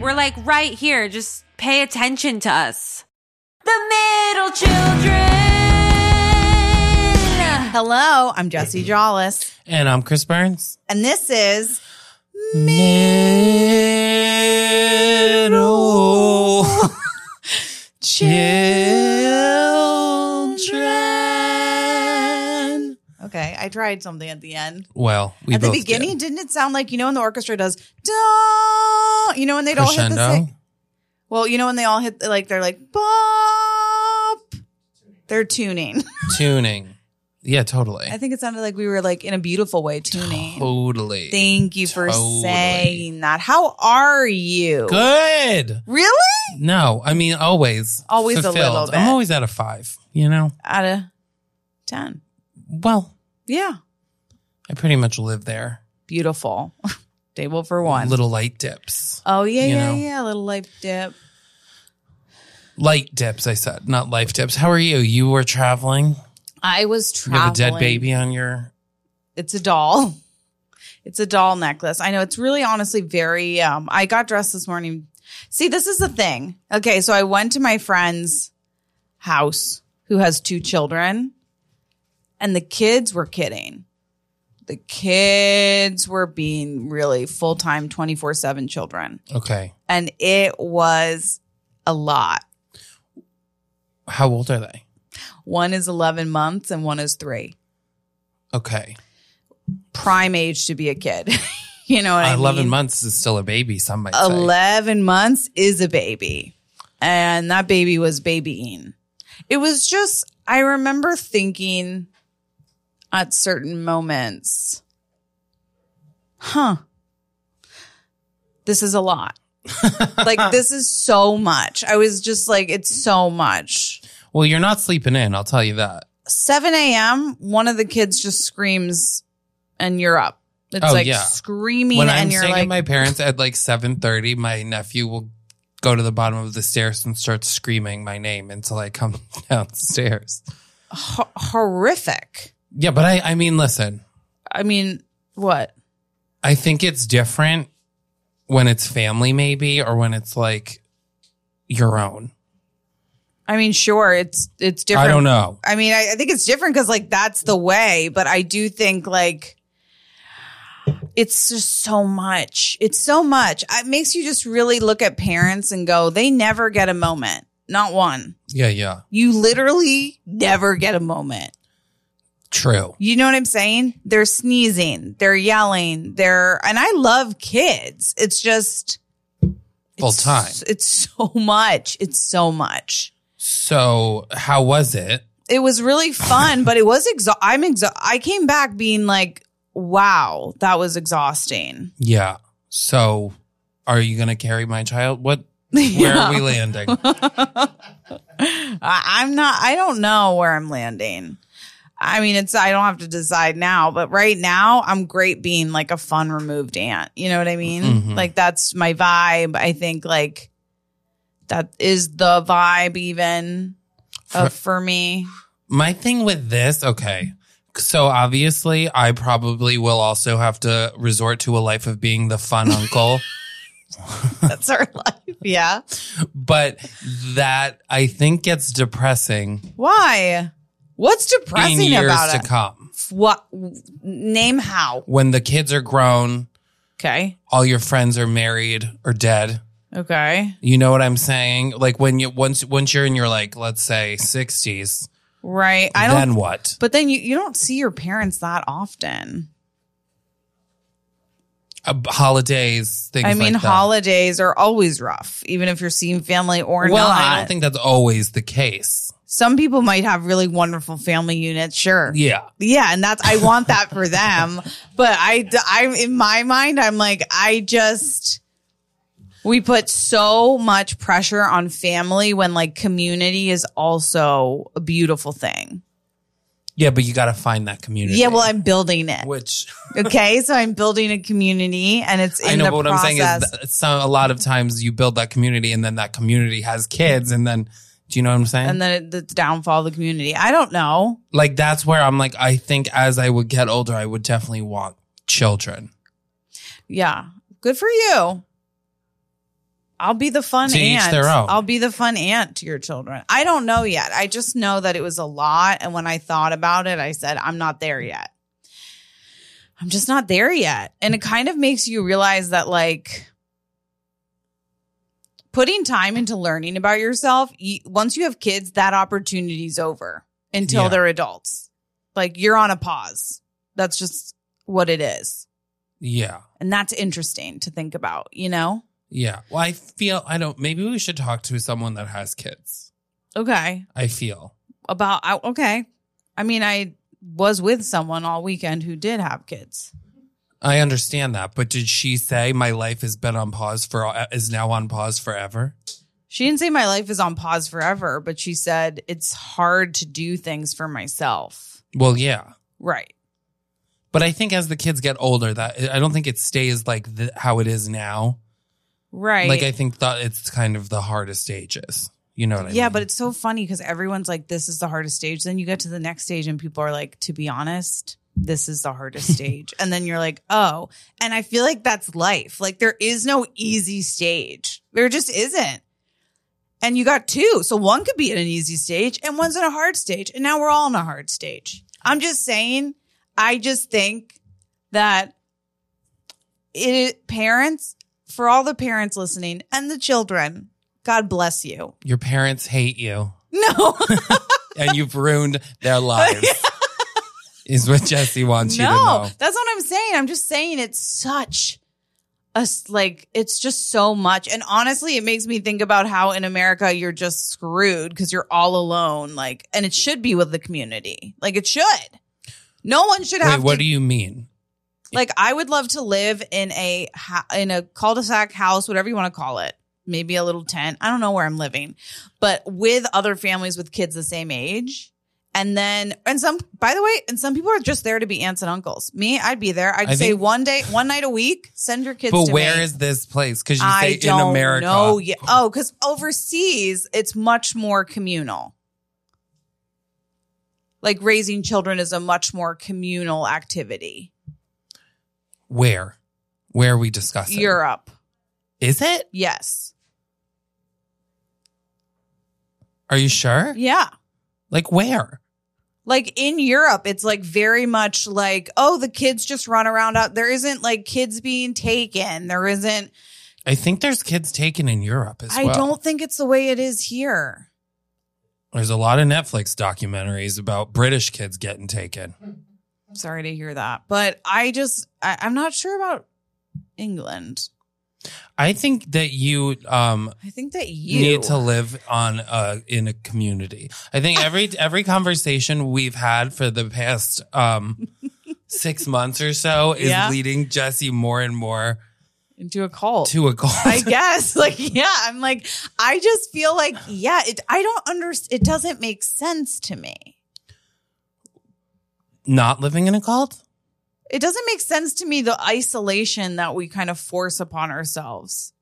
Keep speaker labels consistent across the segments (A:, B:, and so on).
A: right here. Just pay attention to us. The middle children.
B: Hello, I'm
C: Mm-hmm.
B: Jesse Jollis,
C: And I'm Chris Burns.
B: and this is
C: Middle children.
B: okay. I tried something at the end.
C: Well, we
B: at the
C: both
B: beginning,
C: did.
B: didn't it sound like you know when the orchestra does da? You know when they'd all hit the
C: crescendo.
B: same. Well, you know when they all hit like they're like bop. They're tuning.
C: tuning. Yeah, totally.
B: I think it sounded like we were like in a beautiful way tuning.
C: Totally.
B: Thank you for
C: Totally.
B: saying that. How are you?
C: Good.
B: Really?
C: No, I mean always.
B: Always a little
C: fulfilled.
B: bit.
C: I'm always at a five. You know.
B: Out of ten.
C: Well,
B: Yeah.
C: I pretty much live there.
B: Beautiful. Table for one.
C: Little light dips.
B: Oh yeah,
C: you
B: yeah,
C: know?
B: yeah. A little light dip.
C: Light dips, I said, not life dips. How are you? You were traveling.
B: I was
C: You
B: traveling.
C: have a dead baby on your.
B: It's a doll. It's a doll necklace. I know it's really honestly very um I got dressed this morning. See, this is the thing. Okay, so I went to my friend's house who has two children and the kids were kidding. The kids were being really full-time 24/7 children
C: Okay.
B: and it was a lot.
C: How old are they?
B: One is 11 months and one is 3.
C: Okay.
B: prime age to be a kid. you know what I,
C: Eleven
B: mean?
C: months is still a baby. Some might say.
B: 11 months is a baby. And that baby was babying. It was just, I remember thinking at certain moments, huh, this is a lot. like, this is so much. I was just like, it's so much.
C: Well, you're not sleeping in. I'll tell you that.
B: 7 a.m., one of the kids just screams, and you're up. It's
C: Oh,
B: like
C: yeah.
B: screaming,
C: when I'm
B: and you're
C: staying
B: like,
C: at my parents at like seven thirty, my nephew will go to the bottom of the stairs and start screaming my name until I come downstairs.
B: ho- horrific.
C: Yeah, but I, I mean, listen,
B: I mean, what?
C: I think it's different when it's family, maybe, or when it's like your own.
B: I mean, sure, it's it's different.
C: I don't know.
B: I mean, I, I think it's different because like that's the way, but I do think like it's just so much. It's so much. It makes you just really look at parents and go, they never get a moment, not one.
C: Yeah, yeah.
B: You literally never get a moment.
C: True.
B: You know what I'm saying? They're sneezing, they're yelling, they're, and I love kids. It's just
C: Full
B: it's-
C: time.
B: It's so much. It's so much.
C: So, how was it?
B: It was really fun, but it was exhausting. I'm exhausted. I came back being like, wow, that was exhausting.
C: Yeah. So, are you going to carry my child? What? Where are we landing?
B: I, I'm not, I don't know where I'm landing. I mean, it's, I don't have to decide now, but right now I'm great being like a fun removed aunt. You know what I mean?
C: Mhm.
B: Like that's my vibe. I think like that is the vibe even uh, for me.
C: My thing with this, okay. So obviously, I probably will also have to resort to a life of being the fun uncle,
B: That's our life. Yeah.
C: but that I think gets depressing,
B: Why? What's
C: in
B: depressing
C: years
B: about
C: to
B: it?
C: come.
B: What? Name how?
C: When the kids are grown,
B: Okay.
C: all your friends are married or dead.
B: Okay.
C: You know what I'm saying? Like when you once once you're in your like let's say 60s,
B: Right. I don't.
C: then what?
B: but then you, you don't see your parents that often.
C: Uh, holidays, things.
B: I mean,
C: like that.
B: holidays are always rough, even if you're seeing family or
C: Well,
B: not.
C: I don't think that's always the case.
B: Some people might have really wonderful family units, sure.
C: Yeah.
B: Yeah, and that's I want that for them, but I I'm in my mind I'm like I just we put so much pressure on family when like community is also a beautiful thing.
C: Yeah, but you got to find that community.
B: Yeah, well I'm building it.
C: which
B: Okay, so I'm building a community and it's in
C: I know,
B: the
C: but what
B: process.
C: I'm saying is that some, a lot of times you build that community and then that community has kids and then do you know what I'm saying?
B: and then the downfall of the community. I don't know.
C: like that's where I'm like I think as I would get older I would definitely want children.
B: Yeah. Good for you. I'll be the fun
C: To each
B: aunt.
C: their own.
B: I'll be the fun aunt to your children. I don't know yet. I just know that it was a lot. And when I thought about it, I said, I'm not there yet. I'm just not there yet. And it kind of makes you realize that, like, putting time into learning about yourself, you, once you have kids, that opportunity's over until
C: Yeah.
B: they're adults. Like, you're on a pause. That's just what it is.
C: Yeah.
B: And that's interesting to think about, you know?
C: Yeah. Well, I feel I don't maybe we should talk to someone that has kids.
B: Okay.
C: I feel.
B: about I, okay i mean i was with someone all weekend who did have kids
C: I understand that, but did she say my life has been on pause for is now on pause forever?
B: she didn't say my life is on pause forever but she said it's hard to do things for myself
C: Well, yeah.
B: right
C: But I think as the kids get older, that I don't think it stays like the, how it is now.
B: right
C: Like I think that it's kind of the hardest stages. You know what I mean?
B: yeah but it's so funny because everyone's like this is the hardest stage then you get to the next stage and people are like to be honest this is the hardest stage and then you're like oh and i feel like that's life like there is no easy stage there just isn't and you got two so one could be at an easy stage and one's in a hard stage and now we're all in a hard stage i'm just saying i just think that it parents for all the parents listening and the children god bless you
C: your parents hate you
B: no,
C: and you've ruined their lives. is what Jesse wants you to
B: no,
C: know.
B: that's what I'm saying. I'm just saying it's such a s- like it's just so much, and honestly, it makes me think about how in America you're just screwed because you're all alone. Like, and it should be with the community. Like, it should. No one should
C: Wait,
B: have.
C: what
B: to,
C: do you mean?
B: like? I would love to live in a ha- in a cul-de-sac house, whatever you want to call it. Maybe a little tent. I don't know where I'm living, but with other families with kids the same age. And then, and some, by the way, and some people are just there to be aunts and uncles. Me, I'd be there. I'd
C: I
B: say
C: think-
B: one day, one night a week, send your kids.
C: But
B: to
C: where
B: me.
C: is this place? Because you
B: I
C: say
B: don't
C: in America.
B: know yet. Oh, because overseas it's much more communal. Like raising children is a much more communal activity.
C: Where? Where are we discussing?
B: Europe,
C: Is it?
B: yes,
C: Are you sure?
B: yeah.
C: Like where?
B: Like in Europe, it's like very much like, oh, the kids just run around out. There isn't like kids being taken. There isn't
C: I think there's kids taken in Europe as
B: I
C: well.
B: don't think it's the way it is here.
C: There's a lot of Netflix documentaries about British kids getting taken.
B: I'm sorry to hear that, but I just I, I'm not sure about England.
C: I think that you um
B: I think that you
C: need to live on uh in a community. I think every every conversation we've had for the past um 6 months or so is
B: Yeah.
C: leading Jesse more and more
B: into a cult.
C: to a goal.
B: I guess. Like, yeah, I'm like, I just feel like, yeah, it, I don't understand. It doesn't make sense to me.
C: Not living in a cult?
B: It doesn't make sense to me the isolation that we kind of force upon ourselves.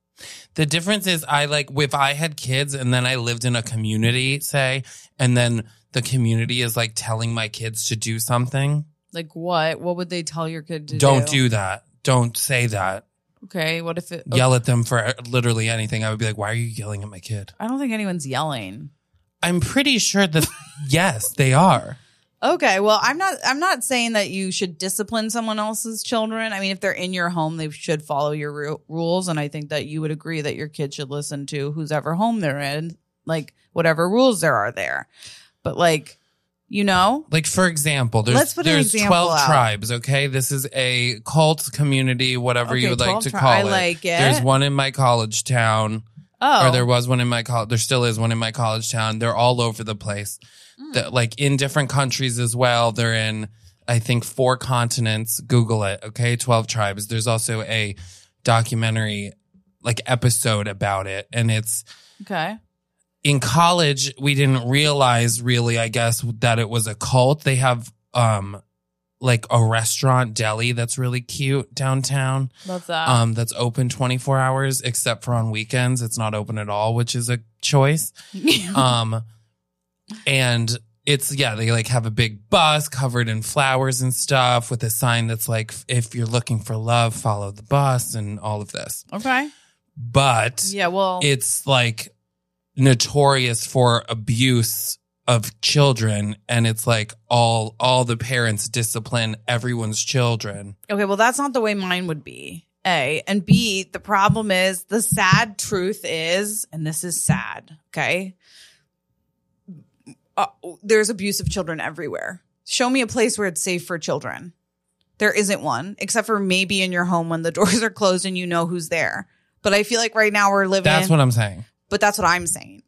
C: The difference is I like if I had kids and then I lived in a community, say, and then the community is like telling my kids to do something.
B: Like, what? What would they tell your kid to
C: Don't do that. Don't say that.
B: Okay. What if it? oh,
C: Yell at them for literally anything. I would be like, why are you yelling at my kid?
B: I don't think anyone's yelling.
C: I'm pretty sure that yes, they are.
B: Okay, well, I'm not. I'm not saying that you should discipline someone else's children. I mean, if they're in your home, they should follow your ru- rules, and I think that you would agree that your kid should listen to whose ever home they're in, like whatever rules there are there. But like, you know,
C: Like for example, there's
B: Let's put an
C: there's
B: example
C: 12
B: out.
C: tribes, okay? This is a cult community, whatever
B: Okay,
C: you would like
B: 12
C: to
B: tri-
C: call
B: I
C: it.
B: like it.
C: There's one in my college town.
B: oh,
C: or there was one in my college. There still is one in my college town. They're all over the place, The- like in different countries as well. They're in, I think, four continents. Google it, okay? Twelve tribes. There's also a documentary, like episode about it, and it's
B: okay,
C: in college. We didn't realize really, I guess, that it was a cult. They have um, like a restaurant deli that's really cute downtown
B: love that.
C: um, that's open 24 hours except for on weekends. It's not open at all, which is a choice. Um, and it's, yeah, they like have a big bus covered in flowers and stuff with a sign that's like, if you're looking for love, follow the bus and all of this.
B: okay,
C: but
B: Yeah, well,
C: it's like notorious for abuse of children and it's like all all the parents discipline everyone's children
B: okay, well, that's not the way mine would be. A and B, the problem is the sad truth is, and this is sad, okay? Uh, there's abuse of children everywhere. Show me a place where it's safe for children. There isn't one, except for maybe in your home when the doors are closed and you know who's there. But I feel like right now we're living.
C: that's what i'm saying
B: but that's what I'm saying.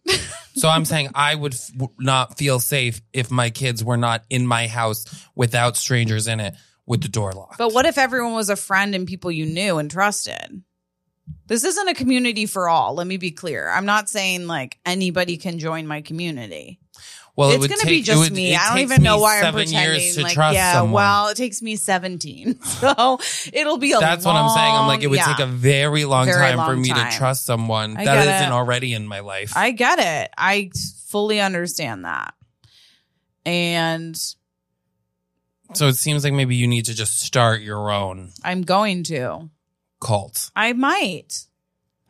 C: so i'm saying i would f- w- not feel safe if my kids were not in my house without strangers in it with the door locked
B: But what if everyone was a friend and people you knew and trusted? This isn't a community for all. Let me be clear. I'm not saying like anybody can join my community.
C: well
B: it's going to be just me.
C: it
B: I don't
C: takes
B: even know
C: me
B: why I'm
C: seven
B: pretending.
C: years to
B: like,
C: trust
B: yeah,
C: someone
B: well, it takes me 17, so it'll be a.
C: that's what I'm saying. I'm like, it would
B: long-
C: take a very long
B: Very
C: time for
B: long
C: me
B: time.
C: to trust someone
B: I
C: that
B: get
C: isn't
B: it.
C: already in my life.
B: I get it. I fully understand that, and
C: so it seems like maybe you need to just start your own
B: I'm going to.
C: cult.
B: I might.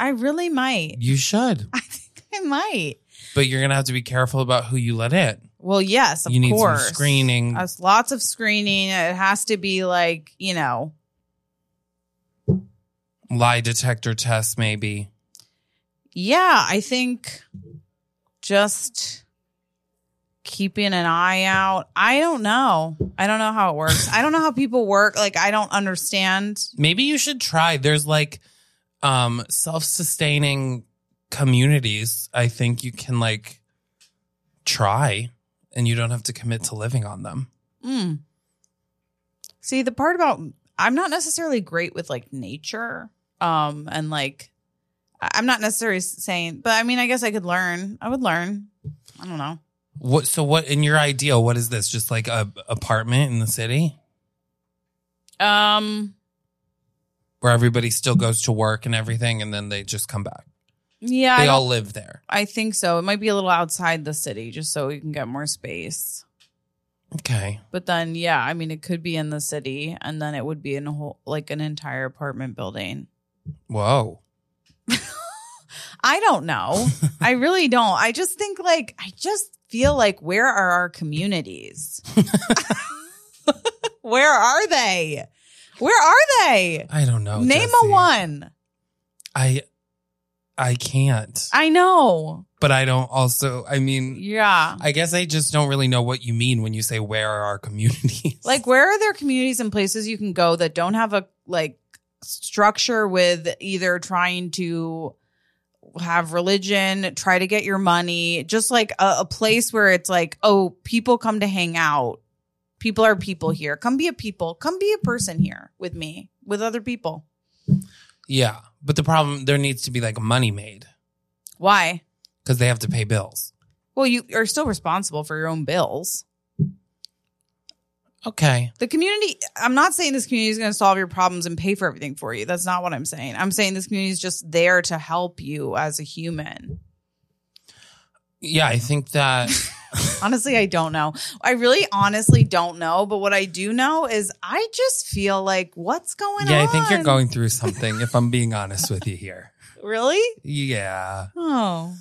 B: I really might.
C: You should,
B: I think I might.
C: but you're gonna have to be careful about who you let in.
B: Well, yes, of
C: you need
B: course.
C: some screening.
B: Us lots of screening. It has to be like, you know,
C: lie detector test, maybe.
B: yeah, I think just keeping an eye out. I don't know. I don't know how it works. I don't know how people work. Like I don't understand.
C: Maybe you should try. There's like um self-sustaining communities. I think you can like try and you don't have to commit to living on them.
B: Mm. See, the part about I'm not necessarily great with like nature. Um and like I- I'm not necessarily saying, but I mean, I guess I could learn. I would learn. I don't know.
C: What so what in your ideal, what is this? Just like a apartment in the city
B: Um
C: where everybody
B: Mm-hmm.
C: still goes to work and everything and then they just come back.
B: Yeah, I,
C: They
B: don't-
C: all live there.
B: I think so. It might be a little outside the city just so we can get more space.
C: Okay.
B: But then, yeah, I mean, it could be in the city, and then it would be in a whole like an entire apartment building.
C: Whoa.
B: I don't know. I really don't. I just think like I just feel like where are our communities? where are they? Where are they?
C: I don't know.
B: Name
C: Oh, Jesse.
B: a one.
C: I I can't.
B: I know.
C: but I don't also I mean
B: Yeah.
C: I guess I just don't really know what you mean when you say where are our communities.
B: Like, where are there communities and places you can go that don't have a like structure with either trying to have religion, try to get your money, just like a, a place where it's like, oh, people come to hang out. People are people here. Come be a people. Come be a person here with me, with other people.
C: Yeah. But the problem there needs to be like money made
B: Why?
C: because they have to pay bills.
B: Well, you are still responsible for your own bills.
C: Okay.
B: The community, I'm not saying this community is going to solve your problems and pay for everything for you. That's not what I'm saying. I'm saying this community is just there to help you as a human.
C: Yeah, I think that
B: Honestly, I don't know. I really honestly don't know. But what I do know is I just feel like what's going on?
C: Yeah, I think you're going through something if I'm being honest with you here.
B: Really?
C: Yeah.
B: Oh.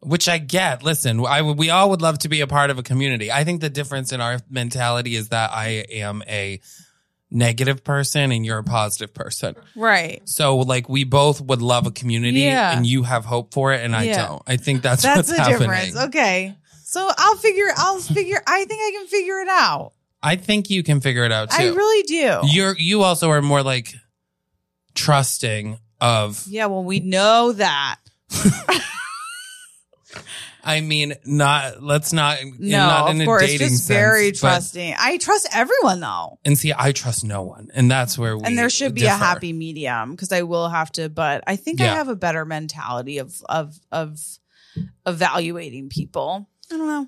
C: Which I get. Listen, I would we all would love to be a part of a community. I think the difference in our mentality is that I am a negative person and you're a positive person.
B: Right.
C: So like we both would love a community
B: Yeah.
C: and you have hope for it and I
B: Yeah.
C: don't. I think that's,
B: That's
C: what's
B: the
C: happening.
B: difference. Okay. So I'll figure I'll figure I think I can figure it out.
C: I think you can figure it out too.
B: I really do.
C: You're you also are more like trusting of
B: yeah, well, we know that.
C: I mean not let's not in-
B: No,
C: not in
B: of
C: a
B: course.
C: dating
B: Just very
C: sense, but-
B: trusting. I trust everyone though.
C: and see I trust no one and that's where we
B: and there should be a
C: differ.
B: happy medium because I will have to, but I think I
C: Yeah.
B: have a better mentality of of of evaluating people. I don't know.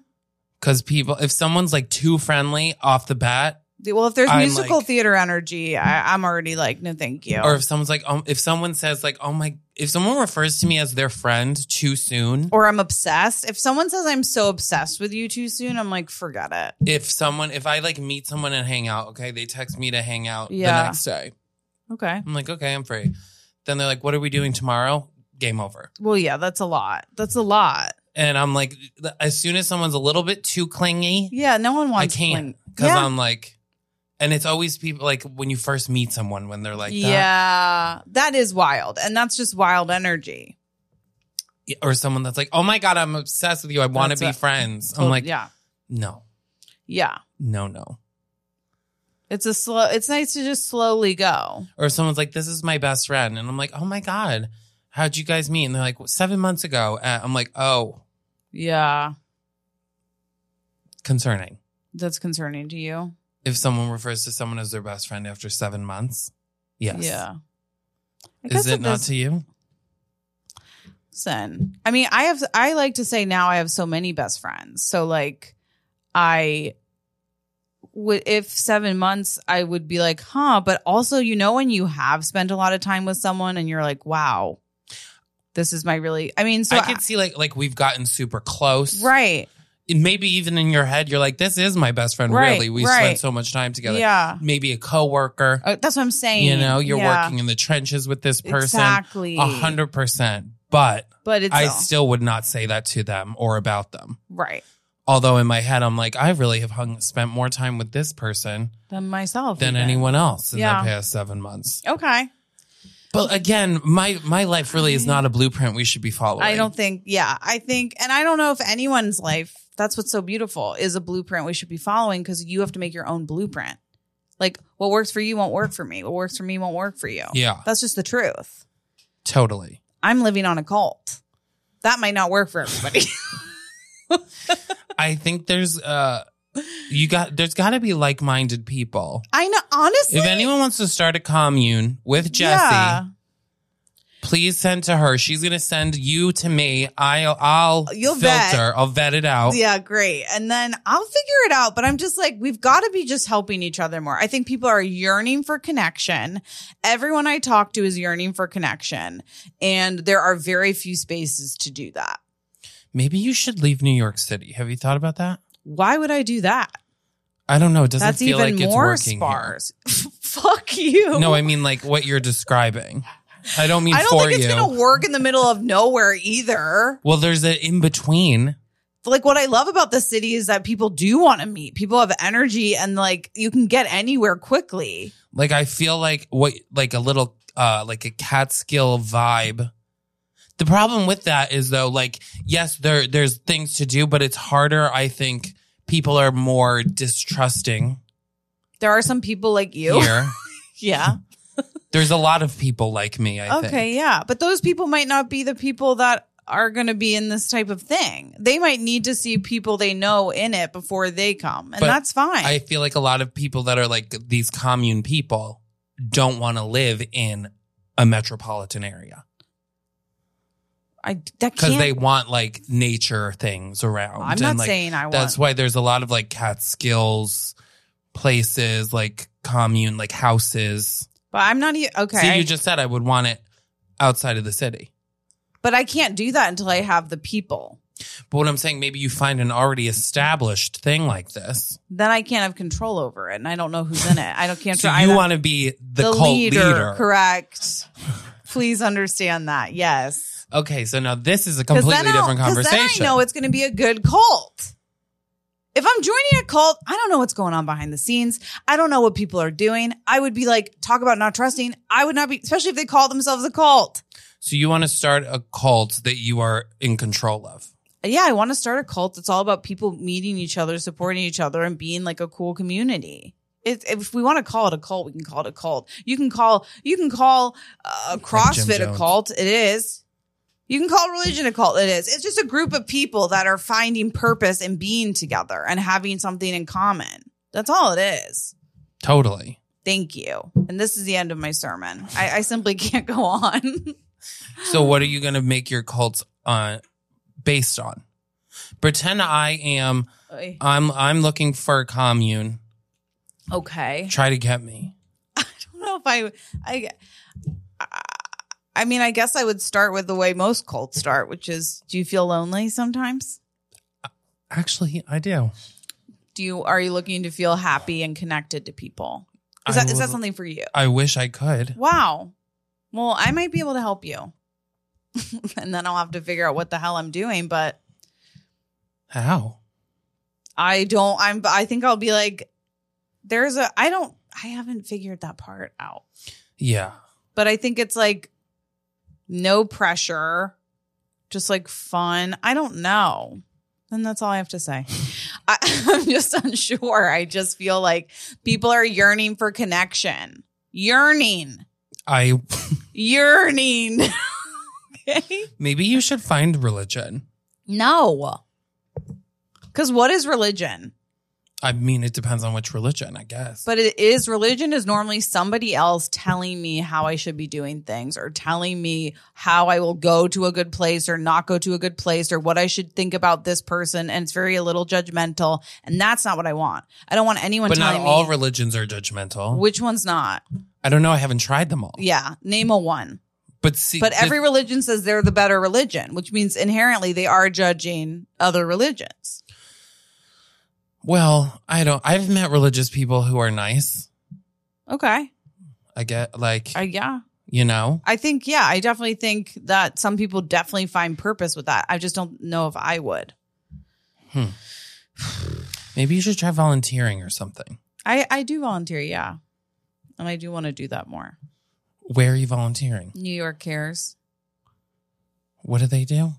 C: cuz people if someone's like too friendly off the bat
B: Well, if there's
C: I'm
B: musical
C: like-
B: theater energy, I, I'm already like, no, thank you.
C: or
B: Or,
C: if someone's like oh, if someone says like oh my if someone refers to me as their friend too soon
B: I'm obsessed. If someone says I'm so obsessed with you too soon, I'm like, forget it.
C: if someone if I like meet someone and hang out, okay, they text me to hang out
B: Yeah.
C: the next day.
B: Okay.
C: I'm like, okay, I'm free. Then they're like, what are we doing tomorrow? game over.
B: Well, yeah, that's a lot. That's a lot.
C: And I'm like, as soon as someone's a little bit too clingy,
B: Yeah, no one
C: I
B: wants.
C: can't
B: like-
C: because
B: yeah.
C: I'm like, and it's always people like when you first meet someone when they're like, that,
B: yeah, that is wild, and that's just wild energy.
C: or someone that's like, oh my god, I'm obsessed with you. I want to
B: That's
C: be
B: what-
C: friends.
B: Tot-
C: I'm like,
B: yeah,
C: no,
B: yeah.
C: no, no.
B: It's a slow. It's nice to just slowly go.
C: Or someone's like, this is my best friend, and I'm like, oh my god, how'd you guys meet? And they're like, seven months ago. Uh, I'm like, oh,
B: Yeah,
C: concerning.
B: that's concerning to you.
C: If someone refers to someone as their best friend after seven months, yes,
B: Yeah. I guess
C: is it not
B: does-
C: to you?
B: Listen, I mean, I have, I like to say now I have so many best friends. So, like, I would, if seven months, I would be like, huh, but also, you know, when you have spent a lot of time with someone and you're like, wow, this is my really, I mean, so,
C: I could see like like we've gotten super close,
B: right.
C: Maybe even in your head, you're like, this is my best friend.
B: Right,
C: really, we
B: right.
C: spent so much time together.
B: Yeah.
C: Maybe a coworker.
B: Uh, that's what I'm saying.
C: You know, you're
B: Yeah,
C: working in the trenches with this person.
B: Exactly.
C: A hundred percent. But
B: But it's,
C: I
B: all-
C: still would not say that to them or about them.
B: right.
C: Although in my head, I'm like, I really have hung spent more time with this person
B: Than myself.
C: than
B: Oh, even.
C: anyone else in
B: Yeah.
C: the past seven months.
B: Okay.
C: But again, my my life really is not a blueprint we should be following.
B: I don't think, yeah, I think, and I don't know if anyone's life, that's what's so beautiful, is a blueprint we should be following because you have to make your own blueprint. Like what works for you won't work for me. What works for me won't work for you.
C: Yeah,
B: That's just the truth.
C: totally.
B: I'm living on a cult. That might not work for everybody.
C: I think there's uh, you got there's got to be like minded people.
B: I know, honestly.
C: If anyone wants to start a commune with Jesse,
B: Yeah.
C: please send to her. She's gonna send you to me. I'll I'll
B: You'll
C: filter.
B: vet.
C: I'll vet it out.
B: Yeah, great. And then I'll figure it out. But I'm just like, we've got to be just helping each other more. I think people are yearning for connection. Everyone I talk to is yearning for connection. And there are very few spaces to do that.
C: Maybe you should leave New York City. Have you thought about that?
B: Why would I do that?
C: I don't know. It doesn't
B: That's
C: feel
B: even
C: like it's
B: more
C: working
B: sparse. Fuck you.
C: here. No, I mean like what you're describing. I don't mean
B: I don't
C: for
B: think it's
C: you.
B: going to work in the middle of nowhere either.
C: well, there's an in between.
B: Like, what I love about the city is that people do want to meet. People have energy and, like, you can get anywhere quickly.
C: Like I feel like what like a little uh like a Catskill vibe. The problem with that is though, like yes, there there's things to do, but it's harder. I think people are more distrusting
B: There are some people like you.
C: here.
B: yeah.
C: There's a lot of people like me. I
B: okay,
C: think.
B: yeah. But those people might not be the people that are going to be in this type of thing. They might need to see people they know in it before they come. And
C: But
B: that's fine.
C: I feel like a lot of people that are like these commune people don't want to live in a metropolitan area
B: I that
C: because
B: can't
C: they want like nature things around.
B: I'm not
C: like,
B: saying I want
C: that's why there's a lot of like Catskills places, like commune, like houses.
B: But I'm not e- okay.
C: See,
B: I-
C: you just said I would want it outside of the city.
B: but I can't do that until I have the people.
C: But what I'm saying, maybe you find an already established thing like this.
B: Then I can't have control over it and I don't know who's in it. I don't can't
C: So
B: try
C: you
B: that.
C: want to be the, cult leader.
B: correct. Please understand that. Yes.
C: Okay, so now this is a
B: 'Cause
C: completely
B: then I'll-
C: different
B: 'cause
C: conversation.
B: Then I know it's going to be a good cult. If I'm joining a cult, I don't know what's going on behind the scenes. I don't know what people are doing. I would be like, talk about not trusting. I would not be, especially if they call themselves a cult.
C: So you want to start a cult that you are in control of.
B: Yeah, I want to start a cult that's all about people meeting each other, supporting each other, and being like a cool community. It, if we want to call it a cult, we can call it a cult. You can call you can call uh, CrossFit a
C: Jones.
B: cult. It is. You can call religion a cult. It is. It's just a group of people that are finding purpose and being together and having something in common. That's all it is.
C: Totally.
B: Thank you. And this is the end of my sermon. I, I simply can't go on.
C: So what are you going to make your cults uh, based on? Pretend I am. I'm. I'm looking for a commune.
B: okay.
C: Try to get me.
B: don't know if I, I, I mean, I guess I would start with the way most cults start, which is, do you feel lonely sometimes?
C: Actually, I do.
B: Do you are you looking to feel happy and connected to people? Is
C: I
B: that is that
C: will-
B: something for you?
C: I wish I could.
B: Wow. Well, I might be able to help you. and then I'll have to figure out what the hell I'm doing. But
C: How?
B: I don't. I'm. I think I'll be like, there's a. I don't. I haven't figured that part out.
C: Yeah.
B: But I think it's like no pressure, just like fun. I don't know. And that's all I have to say. I, I'm just unsure. I just feel like people are yearning for connection, yearning,
C: I
B: yearning. okay.
C: maybe you should find religion.
B: No. Because what is religion?
C: I mean, it depends on which religion, I guess.
B: But it is religion is normally somebody else telling me how I should be doing things or telling me how I will go to a good place or not go to a good place or what I should think about this person. And it's very a little judgmental. And that's not what I want. I don't want anyone
C: but not
B: telling
C: all
B: me
C: religions are judgmental.
B: which one's not.
C: I don't know. I haven't tried them all.
B: Yeah. Name a one.
C: But see,
B: But
C: the-
B: every religion says they're the better religion, which means inherently they are judging other religions.
C: well, I don't. I've met religious people who are nice.
B: Okay.
C: I get like
B: Uh, yeah.
C: you know.
B: I think, yeah, I definitely think that some people definitely find purpose with that. I just don't know if I would.
C: Maybe you should try volunteering or something.
B: I, I do volunteer, yeah. And I do want to do that more.
C: Where are you volunteering?
B: New York Cares.
C: What do they do?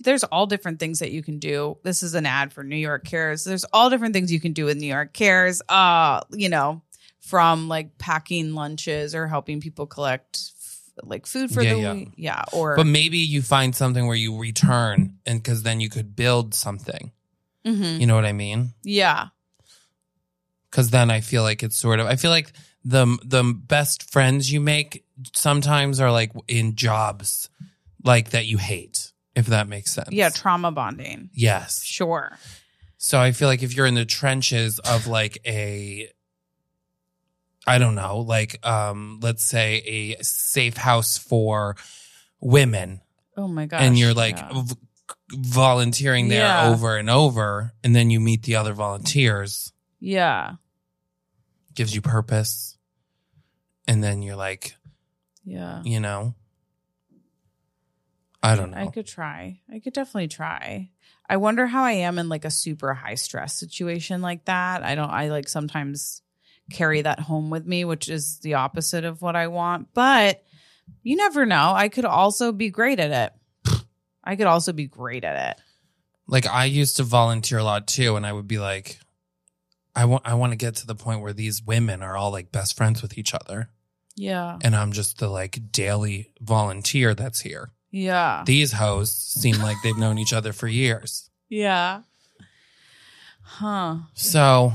B: There's all different things that you can do. This is an ad for New York Cares. There's all different things you can do with New York Cares. Uh, you know, from like packing lunches or helping people collect f- like food for
C: Yeah,
B: the
C: yeah.
B: week. Yeah, or
C: But maybe you find something where you return, and because then you could build something.
B: Mhm.
C: You know what I mean?
B: yeah.
C: Because then I feel like it's sort of. I feel like the the best friends you make sometimes are like in jobs like that you hate. If that makes sense.
B: Yeah, trauma bonding.
C: Yes.
B: Sure.
C: So I feel like if you're in the trenches of like a I don't know, like um let's say a safe house for women
B: Oh my gosh.
C: and you're like
B: yeah.
C: v- volunteering there
B: Yeah.
C: over and over and then you meet the other volunteers,
B: Yeah.
C: gives you purpose. And then you're like,
B: Yeah.
C: you know, I don't know.
B: I could try. I could definitely try. I wonder how I am in like a super high stress situation like that. I don't, I like sometimes carry that home with me, which is the opposite of what I want. But you never know. I could also be great at it. I could also be great at it.
C: like I used to volunteer a lot too, and I would be like, I want I want to get to the point where these women are all like best friends with each other,
B: Yeah.
C: and I'm just the like daily volunteer that's here.
B: Yeah.
C: These hoes seem like they've known each other for years,
B: Yeah. Huh.
C: so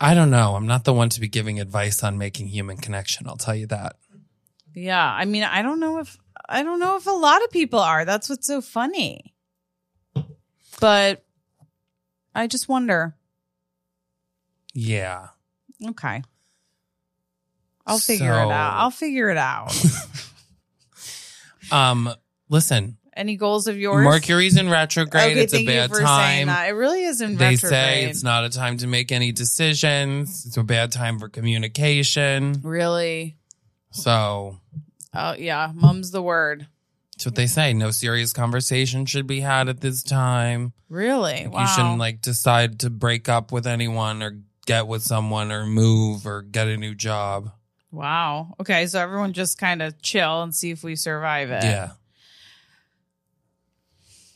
C: I don't know. I'm not the one to be giving advice on making human connection. I'll tell you that.
B: Yeah. I mean, I don't know if I don't know if a lot of people are. That's what's so funny. But I just wonder.
C: Yeah,
B: Okay. I'll figure
C: So-
B: it out. I'll figure it out.
C: um, listen,
B: Any goals of yours?
C: Mercury's in retrograde. it's a bad
B: saying
C: time.
B: that. It really is in
C: they say
B: retrograde.
C: it's not a time to make any decisions. It's a bad time for communication.
B: really.
C: So
B: Oh yeah, mum's the word.
C: that's what they say. No serious conversation should be had at this time.
B: Really? Wow.
C: You shouldn't like decide to break up with anyone or get with someone or move or get a new job.
B: wow. Okay, so everyone just kind of chill and see if we survive it.
C: Yeah.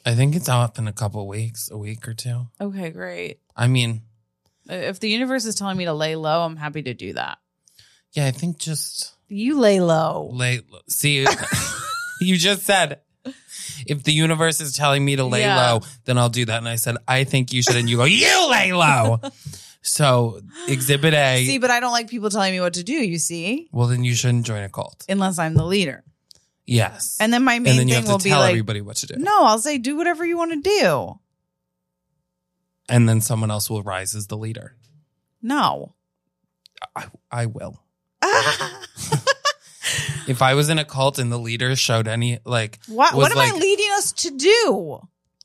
C: I think it's off in a couple weeks, a week or two.
B: Okay, great.
C: I mean,
B: Uh, If the universe is telling me to lay low, I'm happy to do that.
C: yeah, I think just
B: You lay low.
C: lay see you just said if the universe is telling me to lay
B: Yeah.
C: low then i'll do that and i said i think you should and you go you lay low so exhibit a
B: See, but I don't like people telling me what to do, you see?
C: well then you shouldn't join a cult
B: Unless I'm the leader.
C: yes
B: And then my
C: And
B: main
C: then you
B: thing
C: have
B: will
C: to
B: be
C: tell
B: like,
C: everybody what to do
B: no, I'll say, do whatever you want to do.
C: and then someone else will rise as the leader
B: No.
C: i, I will if i was in a cult and the leader showed any like
B: what
C: was
B: what am
C: like
B: I leading us to do?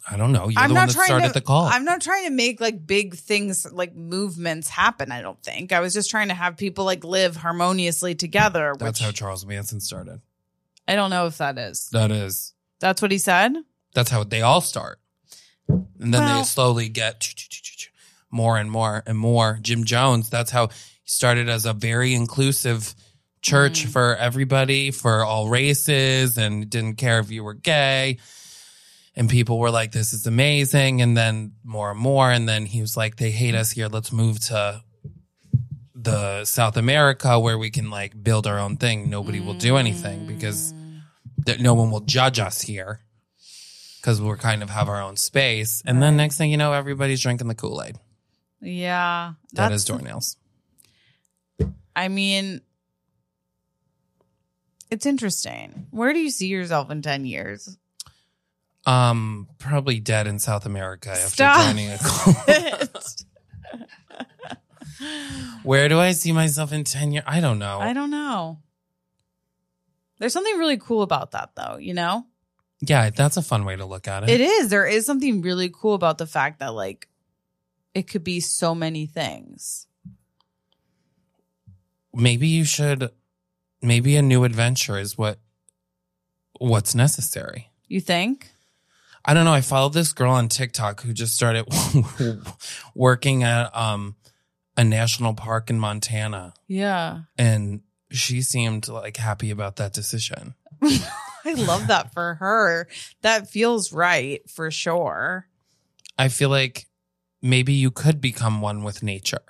C: i don't know you're
B: I'm
C: the
B: not
C: one that
B: trying
C: started
B: to,
C: the cult
B: I'm not trying to make like big things like movements happen, I don't think. I was just trying to have people like live harmoniously together.
C: that's
B: which,
C: how charles manson started
B: I don't know if that is.
C: That is.
B: That's what he said.
C: That's how they all start. And then they
B: Well-
C: slowly get more and more and more. Jim Jones, that's how he started as a very inclusive church for everybody, for all races, and didn't care if you were gay. And people were like, this is amazing. And then more and more. And then he was like, they hate us here. Let's move to the South America where we can like build our own thing. Nobody will do
B: Mm.
C: anything because that no one will judge us here because we're kind of have our own space. And then next thing you know, everybody's drinking the Kool Aid.
B: Yeah.
C: That is doornails.
B: I mean, it's interesting. Where do you see yourself in 10 years?
C: Um, probably dead in South America after
B: Stop.
C: joining a cult. Where do I see myself in ten years? I don't know.
B: I don't know. There's something really cool about that, though, you know?
C: yeah, that's a fun way to look at it.
B: It is. There is something really cool about the fact that, like, it could be so many things.
C: Maybe you should. Maybe a new adventure is what what's necessary.
B: You think?
C: I don't know. I followed this girl on TikTok who just started working at um, a national park in Montana,
B: Yeah.
C: and she seemed like happy about that decision.
B: I love that for her. That feels right for sure.
C: I feel like maybe you could become one with nature.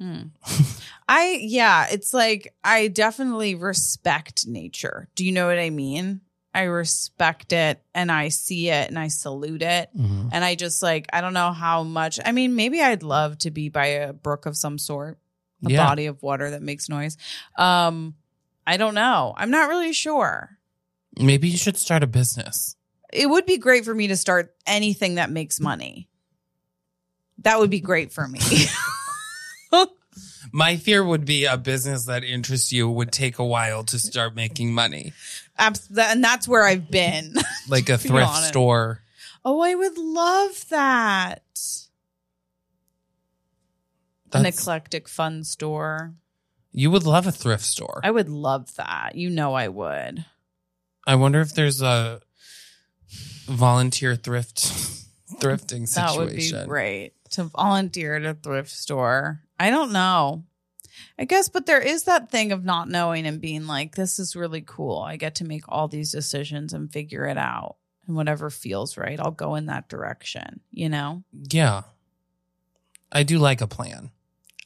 B: Hmm. I yeah, it's like I definitely respect nature. Do you know what I mean? I respect it and I see it and I salute it. And I just like I don't know how much. I mean, maybe I'd love to be by a brook of some sort, a
C: Yeah,
B: body of water that makes noise. Um I don't know. I'm not really sure.
C: maybe you should start a business.
B: It would be great for me to start anything that makes money. That would be great for me.
C: My fear would be a business that interests you would take a while to start making money,
B: Abs- and that's where I've been.
C: like a
B: Be
C: thrift
B: honest.
C: store.
B: Oh, I would love that. An
C: That's-
B: eclectic fun store.
C: you would love a thrift store.
B: I would love that. You know I would.
C: I wonder if there's a volunteer thrift thrifting situation.
B: That would be great to volunteer at a thrift store. I don't know. I guess, but there is that thing of not knowing and being like, this is really cool. I get to make all these decisions and figure it out. And whatever feels right, I'll go in that direction, you know?
C: Yeah. I do like a plan.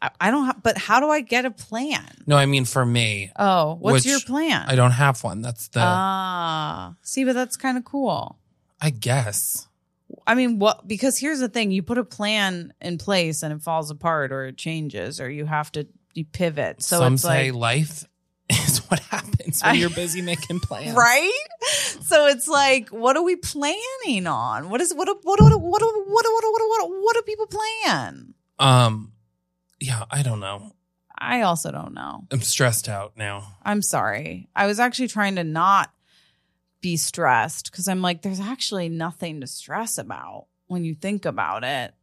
B: I, I don't have, but how do I get a plan?
C: No, I mean for me,
B: Oh, what's
C: Which
B: your plan?
C: I don't have one. That's the
B: Ah, see, but that's kind of cool.
C: I guess.
B: I mean, what? Because here's the thing: you put a plan in place and it falls apart, or it changes, or you have to you pivot. So
C: Some
B: it's
C: say
B: like
C: life is what happens when
B: I-
C: you're busy making plans.
B: right. So it's like, what are we planning on? What is what? do- What? do- What? do- What? do- What? do- What? do- What? do- What do people plan?
C: Um yeah, I don't know.
B: I also don't know.
C: I'm stressed out now.
B: I'm sorry. I was actually trying to not be stressed because I'm like, there's actually nothing to stress about when you think about it.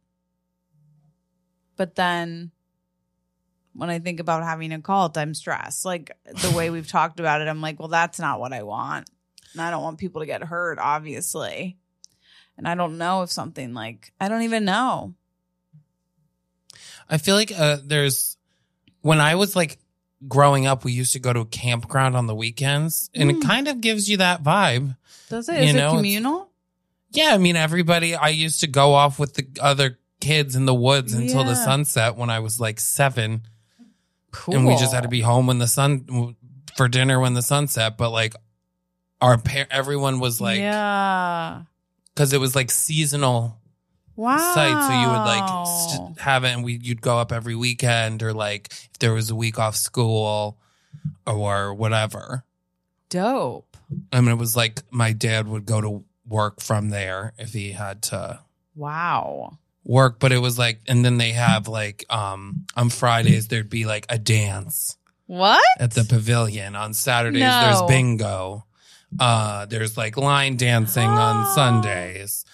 B: But then when I think about having a cult, I'm stressed. Like the way we've talked about it, I'm like, well, that's not what I want. And I don't want people to get hurt, obviously. And I don't know if something like, I don't even know.
C: I feel like uh, there's when I was like growing up, we used to go to a campground on the weekends, and it
B: Mm.
C: kind of gives you that vibe.
B: Does it?
C: You
B: Is
C: know,
B: it
C: it's-
B: communal?
C: Yeah, I mean, everybody, I used to go off with the other kids in the woods until the
B: Yeah.
C: sunset when I was like seven.
B: Cool.
C: And we just had to be home when the sun, for dinner when the sun set. But like, our par- everyone was like,
B: yeah.
C: because it was like seasonal
B: Wow.
C: site. So you would like st- have it and we, you'd go up every weekend or like if there was a week off school or whatever.
B: Dope.
C: I mean, it was like my dad would go to work from there if he had to.
B: Wow.
C: work, but it was like, and then they have like um on Fridays there'd be like a dance
B: What?
C: at the pavilion. On Saturdays
B: No.
C: there's bingo. Uh there's like line dancing
B: Oh.
C: on Sundays.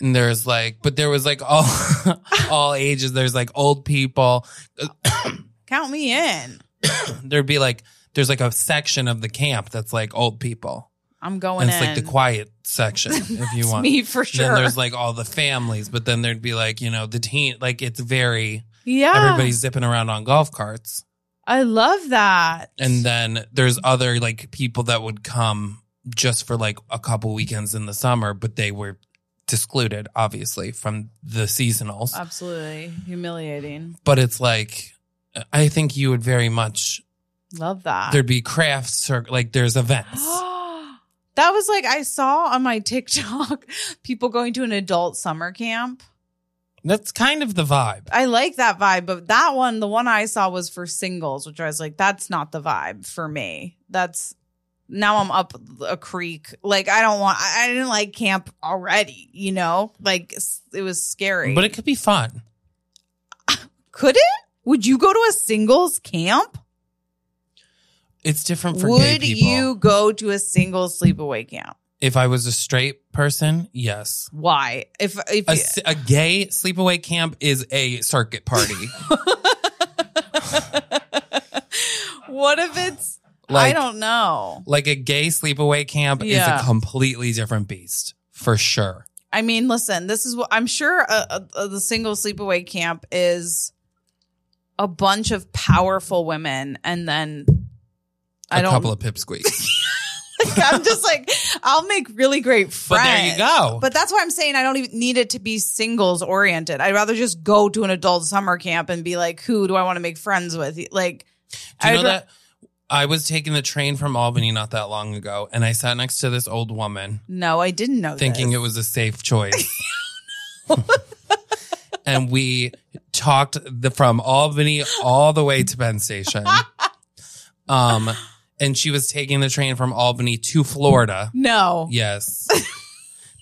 C: And there's like but there was like all all ages. There's like old people.
B: Count me in.
C: There'd be like there's like a section of the camp that's like old people.
B: I'm going
C: And it's
B: in.
C: like the quiet section, if you
B: It's
C: want.
B: me for
C: Then
B: sure.
C: there's like all the families, but then there'd be like, you know, the teen, like it's very,
B: yeah,
C: everybody's zipping around on golf carts.
B: I love that.
C: And then there's other like people that would come just for like a couple weekends in the summer, but they were discluded, obviously, from the seasonals.
B: absolutely humiliating.
C: But it's like, I think you would very much,
B: Love that.
C: there'd be crafts or like there's events.
B: that was like I saw on my TikTok people going to an adult summer camp.
C: That's kind of the vibe.
B: I like that vibe, but that one, the one I saw was for singles, which I was like, that's not the vibe for me. That's now I'm up a creek. Like I don't want. I, I didn't like camp already. You know, like s- it was scary.
C: But it could be fun.
B: could it? Would you go to a singles camp?
C: It's different for gay
B: Would
C: people.
B: you go to a single sleepaway camp?
C: if I was a straight person, yes.
B: Why? If if
C: A, s- a gay sleepaway camp is a circuit party.
B: what if it's I
C: Like-
B: don't know.
C: like a gay sleepaway camp is
B: Yeah.
C: a completely different beast for sure.
B: I mean, listen, this is what I'm sure uh uh the single sleepaway camp is a bunch of powerful women and then
C: A
B: I don't
C: couple of pipsqueaks.
B: I'm just like I'll make really great
C: but
B: friends.
C: there you go.
B: But that's why I'm saying I don't even need it to be singles oriented. I'd rather just go to an adult summer camp and be like, who do I want to make friends with? Like,
C: Do you know
B: I'd ra-
C: that? I was taking the train from Albany not that long ago, and I sat next to this old woman
B: No, I didn't know.
C: thinking
B: this.
C: it was a safe choice. and we talked the, from Albany all the way to Penn Station. Um, and she was taking the train from Albany to Florida.
B: no.
C: Yes.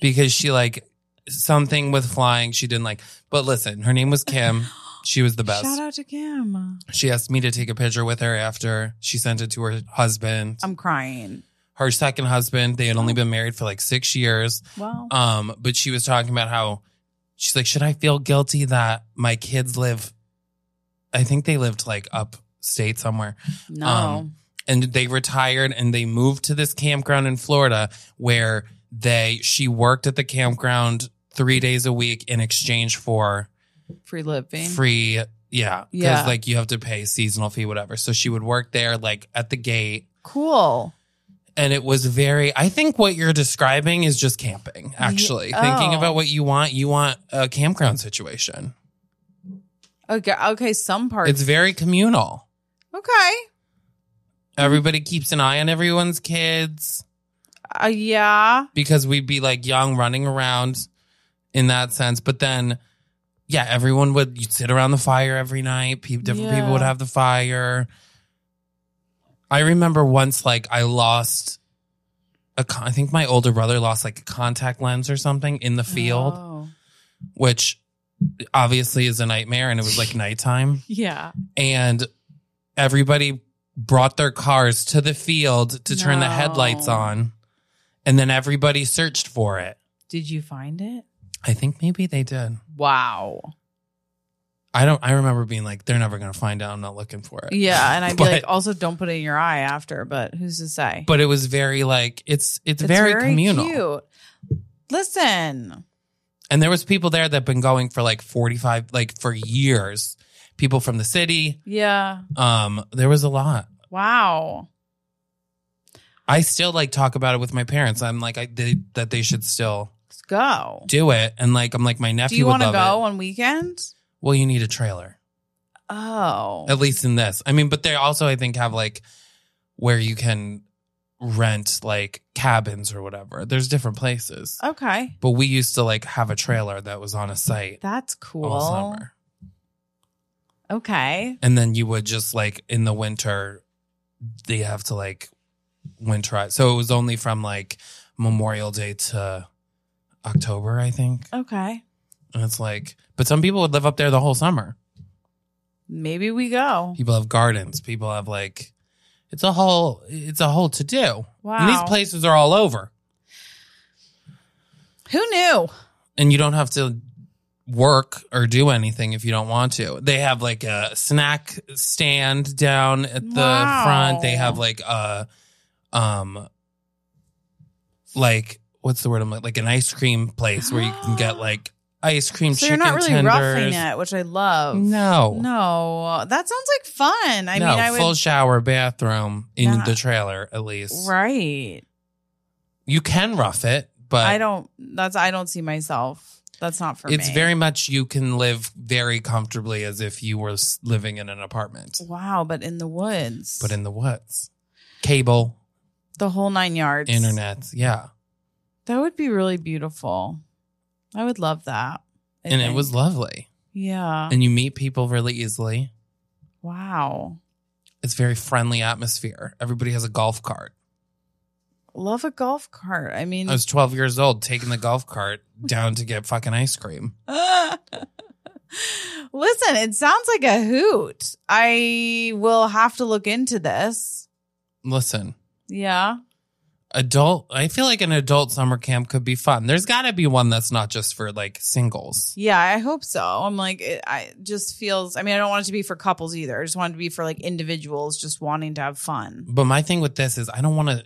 C: because she like something with flying she didn't like. But listen, her name was Kim. She was the
B: Shout
C: best.
B: out to Kim.
C: She asked me to take a picture with her after she sent it to her husband.
B: I'm crying.
C: Her second husband, they had only been married for like 6 years.
B: Wow.
C: Um but she was talking about how she's like, "Should I feel guilty that my kids live I think they lived like upstate somewhere
B: no.
C: um, and they retired and they moved to this campground in Florida where they she worked at the campground 3 days a week in exchange for
B: Free living.
C: free yeah
B: Yeah.
C: cuz like you have to pay seasonal fee whatever so she would work there like at the gate
B: cool.
C: and it was very i think what you're describing is just camping actually
B: Yeah.
C: thinking
B: Oh.
C: about what you want you want a campground situation
B: Okay. Okay. Some parts.
C: it's very communal
B: okay. Mm-hmm.
C: everybody keeps an eye on everyone's kids
B: Uh, yeah.
C: because we'd be like young running around in that sense. But then, yeah, everyone would you'd sit around the fire every night. Pe- different
B: Yeah.
C: people would have the fire. I remember once, like, I lost a con- I think my older brother lost like a contact lens or something in the field,
B: Oh.
C: which obviously is a nightmare. And it was like nighttime
B: Yeah.
C: and everybody brought their cars to the field to turn the
B: No.
C: headlights on and then everybody searched for it
B: Did you find it?
C: i think maybe they did
B: Wow.
C: i don't i remember being like they're never gonna find out i'm not looking for it
B: Yeah. And I'd be
C: But-
B: like, "Oh." also don't put it in your eye after, but who's to say?
C: but it was very like it's it's, very, communal
B: Cute. Listen.
C: and there was people there that been going for like 45 like for years people from the city
B: Yeah.
C: um there was a lot
B: Wow.
C: i still like talk about it with my parents i'm like i they, that they should still
B: Let's go.
C: do it and like i'm like my nephew
B: Do you
C: would
B: want to
C: love
B: go
C: it.
B: on weekends?
C: Well, you need a trailer,
B: Oh.
C: at least in this. I mean, but they also, I think, have like where you can rent like cabins or whatever. There's different places.
B: Oh. Okay.
C: But we used to like have a trailer that was on a site
B: That's cool.
C: all summer.
B: Okay.
C: And then you would just like in the winter, they have to like winterize. So it was only from like Memorial Day to October, I think.
B: Okay.
C: And it's like, but some people would live up there the whole summer.
B: Maybe we go.
C: People have gardens. People have like, it's a whole, it's a whole to do.
B: Wow.
C: And these places are all over.
B: Who knew?
C: And you don't have to work or do anything if you don't want to. They have like a snack stand down at the
B: Wow.
C: front. They have like a um like what's the word I'm like, like an ice cream place where you can get like ice cream
B: So you're
C: chicken
B: not really
C: tenders.
B: roughing it, which I love.
C: No.
B: No, that sounds like fun. I
C: no,
B: mean, I
C: full
B: would.
C: shower, bathroom in
B: Yeah.
C: the trailer at least.
B: right.
C: You can rough it, but
B: I don't. That's. I don't see myself. That's not for
C: it's
B: me.
C: very much you can live very comfortably as if you were s- living in an apartment,
B: Wow, but in the woods,
C: but in the woods, cable,
B: the whole nine yards,
C: internet, yeah.
B: That would be really beautiful. I would love that. I
C: and it
B: think.
C: was lovely.
B: Yeah.
C: And you meet people really easily.
B: wow.
C: It's very friendly atmosphere. Everybody has a golf cart.
B: Love a golf cart. I mean,
C: I was 12 years old taking the golf cart down to get fucking ice cream.
B: Listen, it sounds like a hoot. I will have to look into this.
C: Listen,
B: Yeah.
C: adult, I feel like an adult summer camp could be fun. There's got to be one that's not just for like singles.
B: Yeah, I hope so. I'm like, it, I just feels, I mean, I don't want it to be for couples either. I just want it to be for like individuals just wanting to have fun.
C: But my thing with this is I don't want to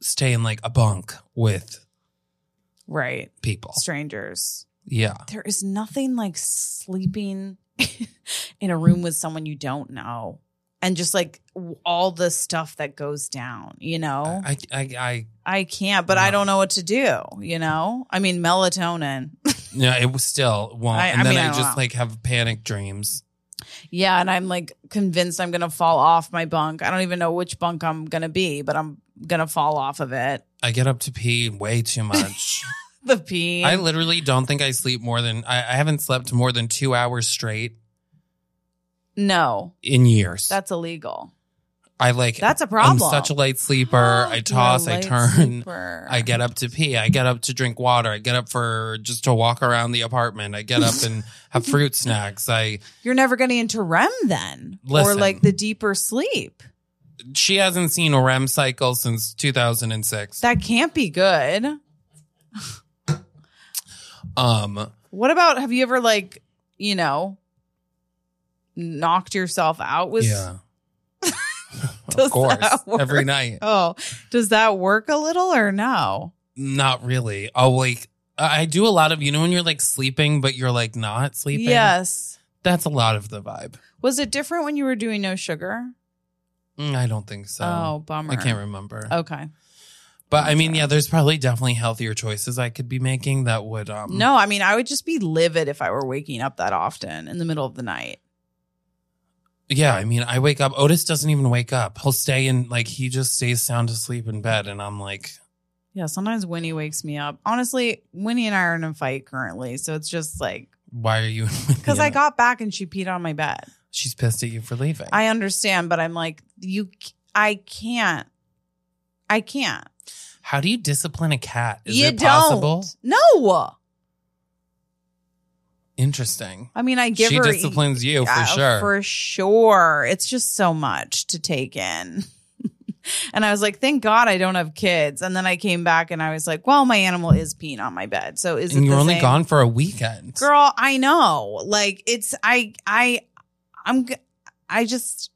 C: stay in like a bunk with
B: Right.
C: people.
B: Strangers.
C: Yeah.
B: There is nothing like sleeping in a room with someone you don't know and just like w- all the stuff that goes down, you know?
C: I, I, I,
B: I can't, but I don't know what to do. You know, I mean, melatonin.
C: yeah, it was still won't.
B: I-
C: and
B: I
C: then
B: mean, I
C: I,
B: don't
C: just
B: know.
C: like have panic dreams.
B: yeah, and I'm like convinced I'm gonna fall off my bunk. I don't even know which bunk I'm gonna be, but I'm gonna fall off of it.
C: I get up to pee way too much.
B: The pee.
C: I literally don't think I sleep more than I, I haven't slept more than two hours straight
B: no,
C: in years.
B: that's illegal.
C: I like
B: That's a
C: I'm
B: problem.
C: such a light sleeper. I
B: You're a
C: toss, I
B: light
C: turn,
B: sleeper.
C: I get up to pee. I get up to drink water. I get up for just to walk around the apartment. I get up and have fruit snacks. I
B: You're never getting into REM then, or
C: Listen.
B: like the deeper sleep.
C: she hasn't seen a REM cycle since 2006.
B: That can't be good.
C: Um,
B: What about? Have you ever like, you know, knocked yourself out with?
C: yeah.
B: Does
C: of course,
B: that work?
C: every night.
B: Oh, does that work a little or no?
C: Not really. I'll like I I do a lot of you know when you're like sleeping but you're like not sleeping.
B: Yes.
C: that's a lot of the vibe.
B: Was it different when you were doing no sugar?
C: Mm, I don't think so.
B: oh, bummer. Oh,
C: I can't remember.
B: Okay.
C: but I mean, yeah, there's probably definitely healthier choices I could be making that would um
B: No, I mean, I would just be livid if I were waking up that often in the middle of the night.
C: Yeah, I mean, I wake up. Otis doesn't even wake up. He'll stay in like he just stays sound asleep in bed, and I'm like,
B: Yeah, sometimes Winnie wakes me up. Honestly, Winnie and I are in a fight currently. So it's just like,
C: why are you?
B: because I got back and she peed on my bed.
C: she's pissed at you for leaving.
B: I understand, but I'm like, you, c- I can't. I can't.
C: How do you discipline a cat? Is
B: you
C: it possible?
B: don't. No.
C: Interesting.
B: I mean, I give
C: she
B: her. e-
C: disciplines you for
B: Yeah,
C: sure.
B: For sure. It's just so much to take in. and I was like, thank God I don't have kids. And then I came back and I was like, well, my animal is peeing on my bed. So is
C: and
B: it
C: you're
B: the
C: only
B: same?
C: gone for a weekend.
B: Girl, I know. Like it's I I I'm g- I just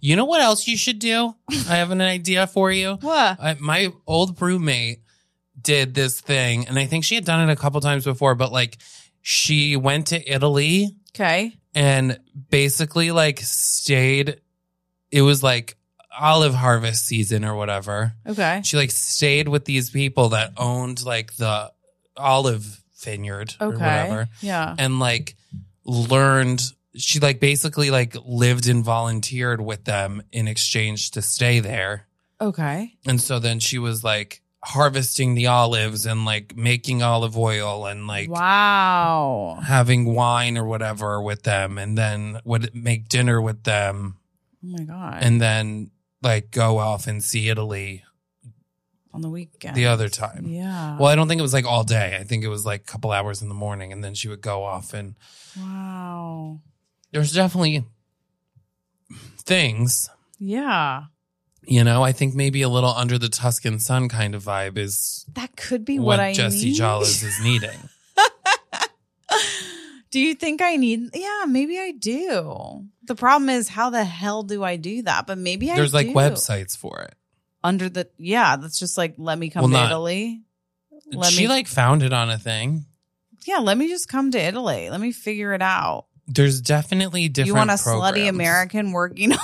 C: You know what else you should do? I have an idea for you.
B: what?
C: I, my old roommate did this thing, and I think she had done it a couple times before, but like she went to Italy
B: Okay.
C: and basically like stayed. It was like olive harvest season or whatever.
B: Okay.
C: She like stayed with these people that owned like the olive vineyard or
B: Okay.
C: whatever,
B: Yeah.
C: and like learned. She like basically like lived and volunteered with them in exchange to stay there.
B: Okay.
C: And so then she was like harvesting the olives and like making olive oil and like
B: wow. Oh
C: having wine or whatever with them and then would make dinner with them
B: Oh my god.
C: and then like go off and see Italy
B: On the weekend.
C: the other time.
B: Yeah.
C: Well, I don't think it was like all day. I think it was like a couple hours in the morning and then she would go off and
B: Wow.
C: there's definitely things,
B: Yeah.
C: you know, I think maybe a little under the Tuscan sun kind of vibe is
B: That could be
C: what,
B: what, I
C: Jesse
B: need.
C: Jollis is needing.
B: Do you think I need? Yeah, maybe I do. The problem is, how the hell do I do that? But maybe I
C: There's like
B: do.
C: websites for it.
B: under the yeah. That's just like let me come
C: Well,
B: to
C: not-
B: Italy. Let
C: she
B: me
C: like found it on a thing.
B: yeah. Let me just come to Italy. Let me figure it out.
C: There's definitely different.
B: you want a slutty
C: programs.
B: American working on?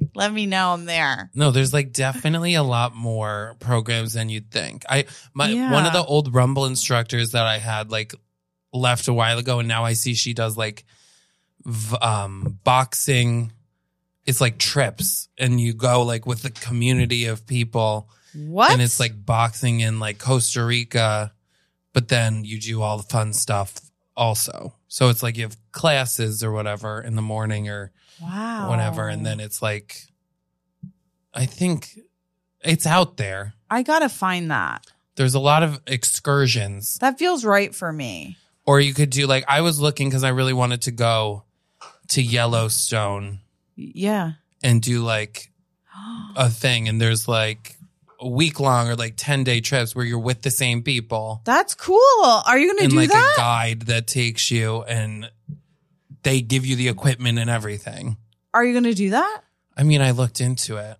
B: it? let me know I'm there.
C: No, there's like definitely a lot more programs than you'd think. I my
B: Yeah.
C: one of the old Rumble instructors that I had like left a while ago, and now I see she does like v- um boxing. It's like trips, and you go like with the community of people,
B: What?
C: and it's like boxing in like Costa Rica, but then you do all the fun stuff also. So it's like you have classes or whatever in the morning or
B: wow.
C: whatever. And then it's like, I think it's out there.
B: I gotta find that.
C: There's a lot of excursions,
B: That feels right for me.
C: or you could do like I was looking because I really wanted to go to Yellowstone
B: Yeah.
C: and do like a thing. And there's like a week long or like 10 day trips where you're with the same people
B: That's cool. Are you gonna
C: and
B: do
C: like
B: that?
C: a guide that takes you and they give you the equipment and everything.
B: Are you gonna do that?
C: I mean, I looked into it.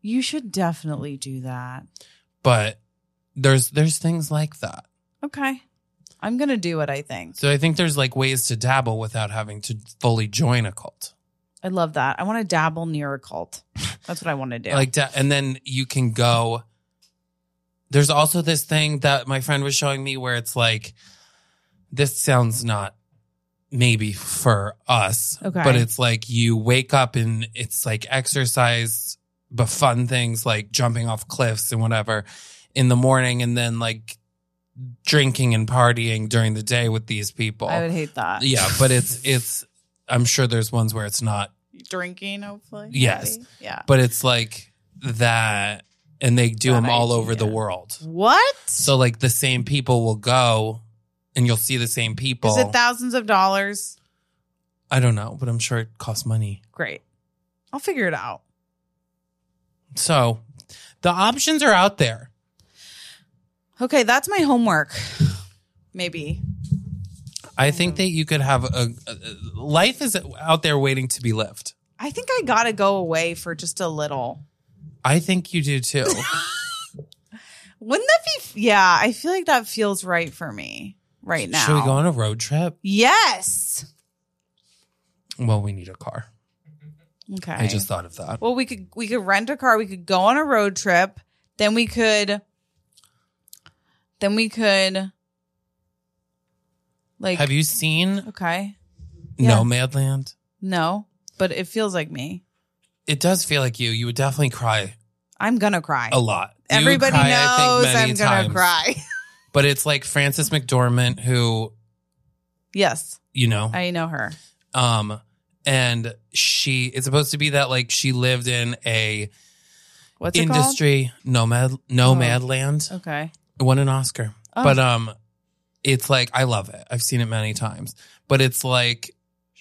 B: You should definitely do that.
C: but there's there's things like that.
B: Okay. I'm gonna do it, I think.
C: So I think there's like ways to dabble without having to fully join a cult.
B: I love that. I want to dabble near a cult. That's what I want to do.
C: Like da- and then you can go There's also this thing that my friend was showing me where it's like this sounds not maybe for us,
B: Okay.
C: but it's like you wake up and it's like exercise but fun things like jumping off cliffs and whatever in the morning and then like drinking and partying during the day with these people.
B: I would hate that.
C: Yeah, but it's it's I'm sure there's ones where it's not,
B: Drinking, hopefully.
C: Yes.
B: maybe. Yeah.
C: but it's like that and they do
B: That
C: them all over
B: idea.
C: the world.
B: What?
C: So like the same people will go and you'll see the same people.
B: Is it thousands of dollars?
C: I don't know, but I'm sure it costs money.
B: Great. I'll figure it out.
C: So the options are out there.
B: Okay, that's my homework. Maybe.
C: I
B: Mm-hmm.
C: think that you could have a, a life is out there waiting to be lived.
B: I think I gotta go away for just a little.
C: I think you do too.
B: Wouldn't that be? Yeah, I feel like that feels right for me right now.
C: Should we go on a road trip?
B: Yes.
C: Well, we need a car.
B: Okay.
C: I just thought of that.
B: Well, we could we could rent a car. We could go on a road trip. Then we could. Then we could. Like
C: Have you seen
B: okay? yeah.
C: Nomadland?
B: No, but it feels like me.
C: It does feel like you. You would definitely cry
B: I'm gonna cry.
C: a lot. Oh, You would
B: Everybody
C: cry, I
B: knows
C: think, many
B: I'm gonna
C: times.
B: cry.
C: But it's like Frances McDormand, who
B: yes,
C: you know,
B: I know her.
C: um, and she. It's supposed to be that like she lived in a
B: What's
C: industry
B: Oh.
C: nomad nomad land.
B: it called? Okay.
C: It won an Oscar.
B: Oh.
C: But um it's like I love it. I've seen it many times. But it's like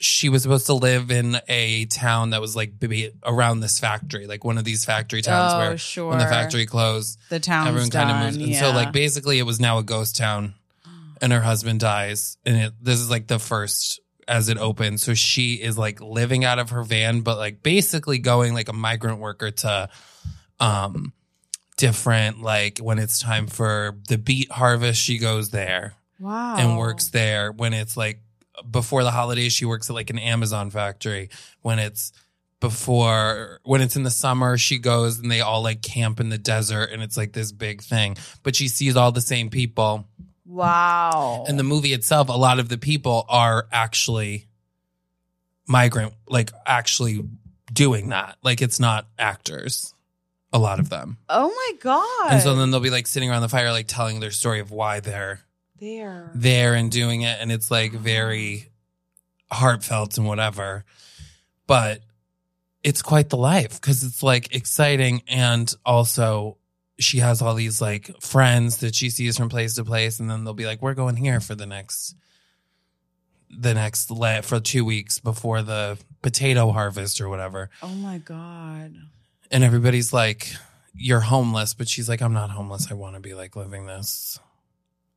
C: she was supposed to live in a town that was like maybe around this factory, like one of these factory towns
B: oh,
C: where
B: sure.
C: when the factory closed,
B: the town's
C: everyone
B: done.
C: kind of moved. And
B: yeah.
C: so like basically it was now a ghost town and her husband dies and it, this is like the first as it opens. So she is like living out of her van but like basically going like a migrant worker to um different like when it's time for the beet harvest she goes there
B: wow.
C: and works there when it's like before the holidays she works at like an Amazon factory when it's before when it's in the summer she goes and they all like camp in the desert and it's like this big thing but she sees all the same people
B: Wow.
C: in the movie itself a lot of the people are actually migrant like actually doing that like it's not actors a lot of them
B: oh my god.
C: and so then they'll be like sitting around the fire like telling their story of why they're
B: there.
C: there and doing it and it's like very heartfelt and whatever but it's quite the life because it's like exciting and also she has all these like friends that she sees from place to place and then they'll be like we're going here for the next the next le- for two weeks before the potato harvest or whatever
B: Oh my god.
C: and everybody's like you're homeless but she's like i'm not homeless i want to be like living this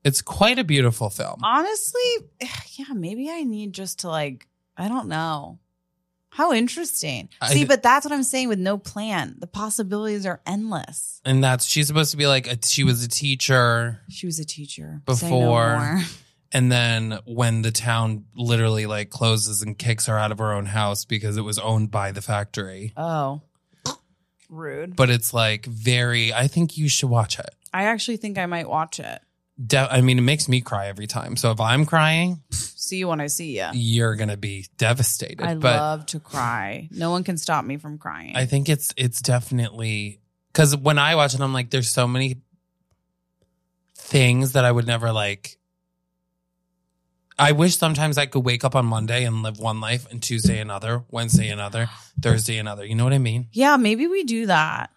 C: It's quite a beautiful film.
B: Honestly, yeah, maybe I need just to like, I don't know. How interesting.
C: I-
B: See, but that's what I'm saying with no plan. The possibilities are endless.
C: And that's she's supposed to be like a, she was a teacher,
B: She was a teacher Say no
C: Before.
B: more.
C: and then when the town literally like closes and kicks her out of her own house because it was owned by the factory.
B: Oh, rude.
C: But it's like very. I think you should watch it.
B: I actually think I might watch it.
C: De- I mean, it makes me cry every time. So if I'm crying,
B: See you when I see you.
C: you're gonna be devastated.
B: I
C: but
B: love to cry. No one can stop me from crying.
C: I think it's it's definitely because when I watch it, I'm like, there's so many things that I would never like. I wish sometimes I could wake up on Monday and live one life, and Tuesday another, Wednesday another, Thursday another. You know what I mean?
B: yeah, maybe we do that.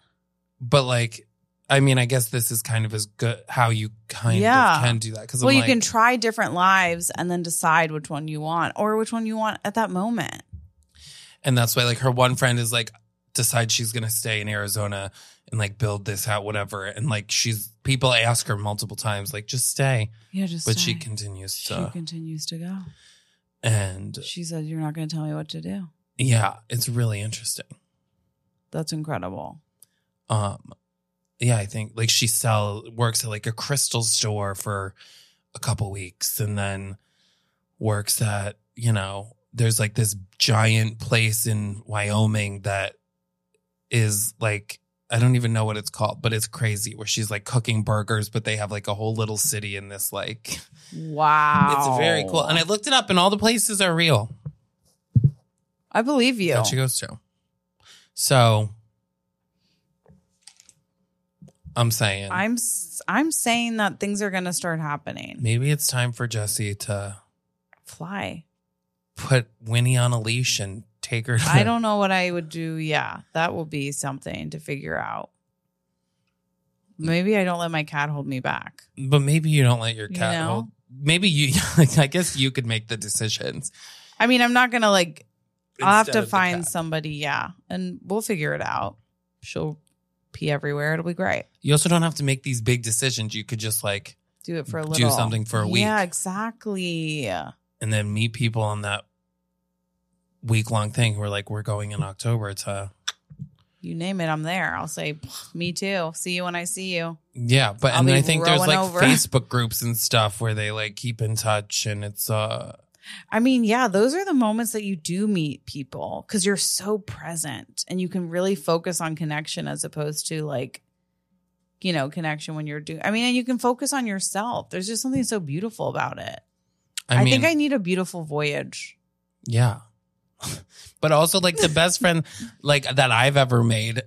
C: But like, I mean, I guess this is kind of as good how you kind
B: Yeah.
C: of can do that because
B: Well,
C: I'm
B: you
C: like,
B: can try different lives and then decide which one you want or which one you want at that moment.
C: and that's why like her one friend is like decides she's gonna stay in Arizona and like build this out, whatever. And like she's people ask her multiple times like just stay.
B: Yeah, just
C: But she
B: say.
C: continues
B: She
C: to,
B: continues to go.
C: and
B: She said, "You're not going to tell me what to do."
C: yeah, it's really interesting.
B: That's incredible.
C: Um, yeah, I think like she sell works at like a crystal store for a couple weeks, and then works at you know there's like this giant place in Wyoming that is like I don't even know what it's called, but it's crazy where she's like cooking burgers, but they have like a whole little city in this like
B: Wow,
C: it's very cool. And I looked it up, and all the places are real.
B: I believe you.
C: that she goes to. So I'm saying
B: I'm s- I'm saying that things are going to start happening.
C: maybe it's time for Jesse to
B: Fly.
C: put Winnie on a leash and take her to
B: I don't know what I would do. Yeah, that will be something to figure out. Maybe I don't let my cat hold me back.
C: but maybe you don't let your
B: You
C: cat
B: know?
C: hold maybe you I guess you could make the decisions.
B: I mean, I'm not going to like I'll have
C: instead
B: to
C: of the
B: find
C: cat.
B: somebody, yeah, and we'll figure it out. She'll pee everywhere. It'll be great.
C: You also don't have to make these big decisions. You could just like
B: Do it for a
C: Do
B: little.
C: something for a week.
B: Yeah, exactly.
C: and then meet people on that week long thing who are like, we're going in October to
B: You name it, I'm there. I'll say, me too. See you when I see you.
C: Yeah, but
B: I'll
C: and then
B: be
C: I think there's
B: rowing
C: like
B: over.
C: Facebook groups and stuff where they like keep in touch and it's uh
B: I mean, yeah, those are the moments that you do meet people because you're so present and you can really focus on connection as opposed to like, you know, connection when you're doing. I mean, and you can focus on yourself. There's just something so beautiful about it.
C: I,
B: I
C: mean
B: think I need a beautiful voyage.
C: yeah. but also like the best friend like that I've ever made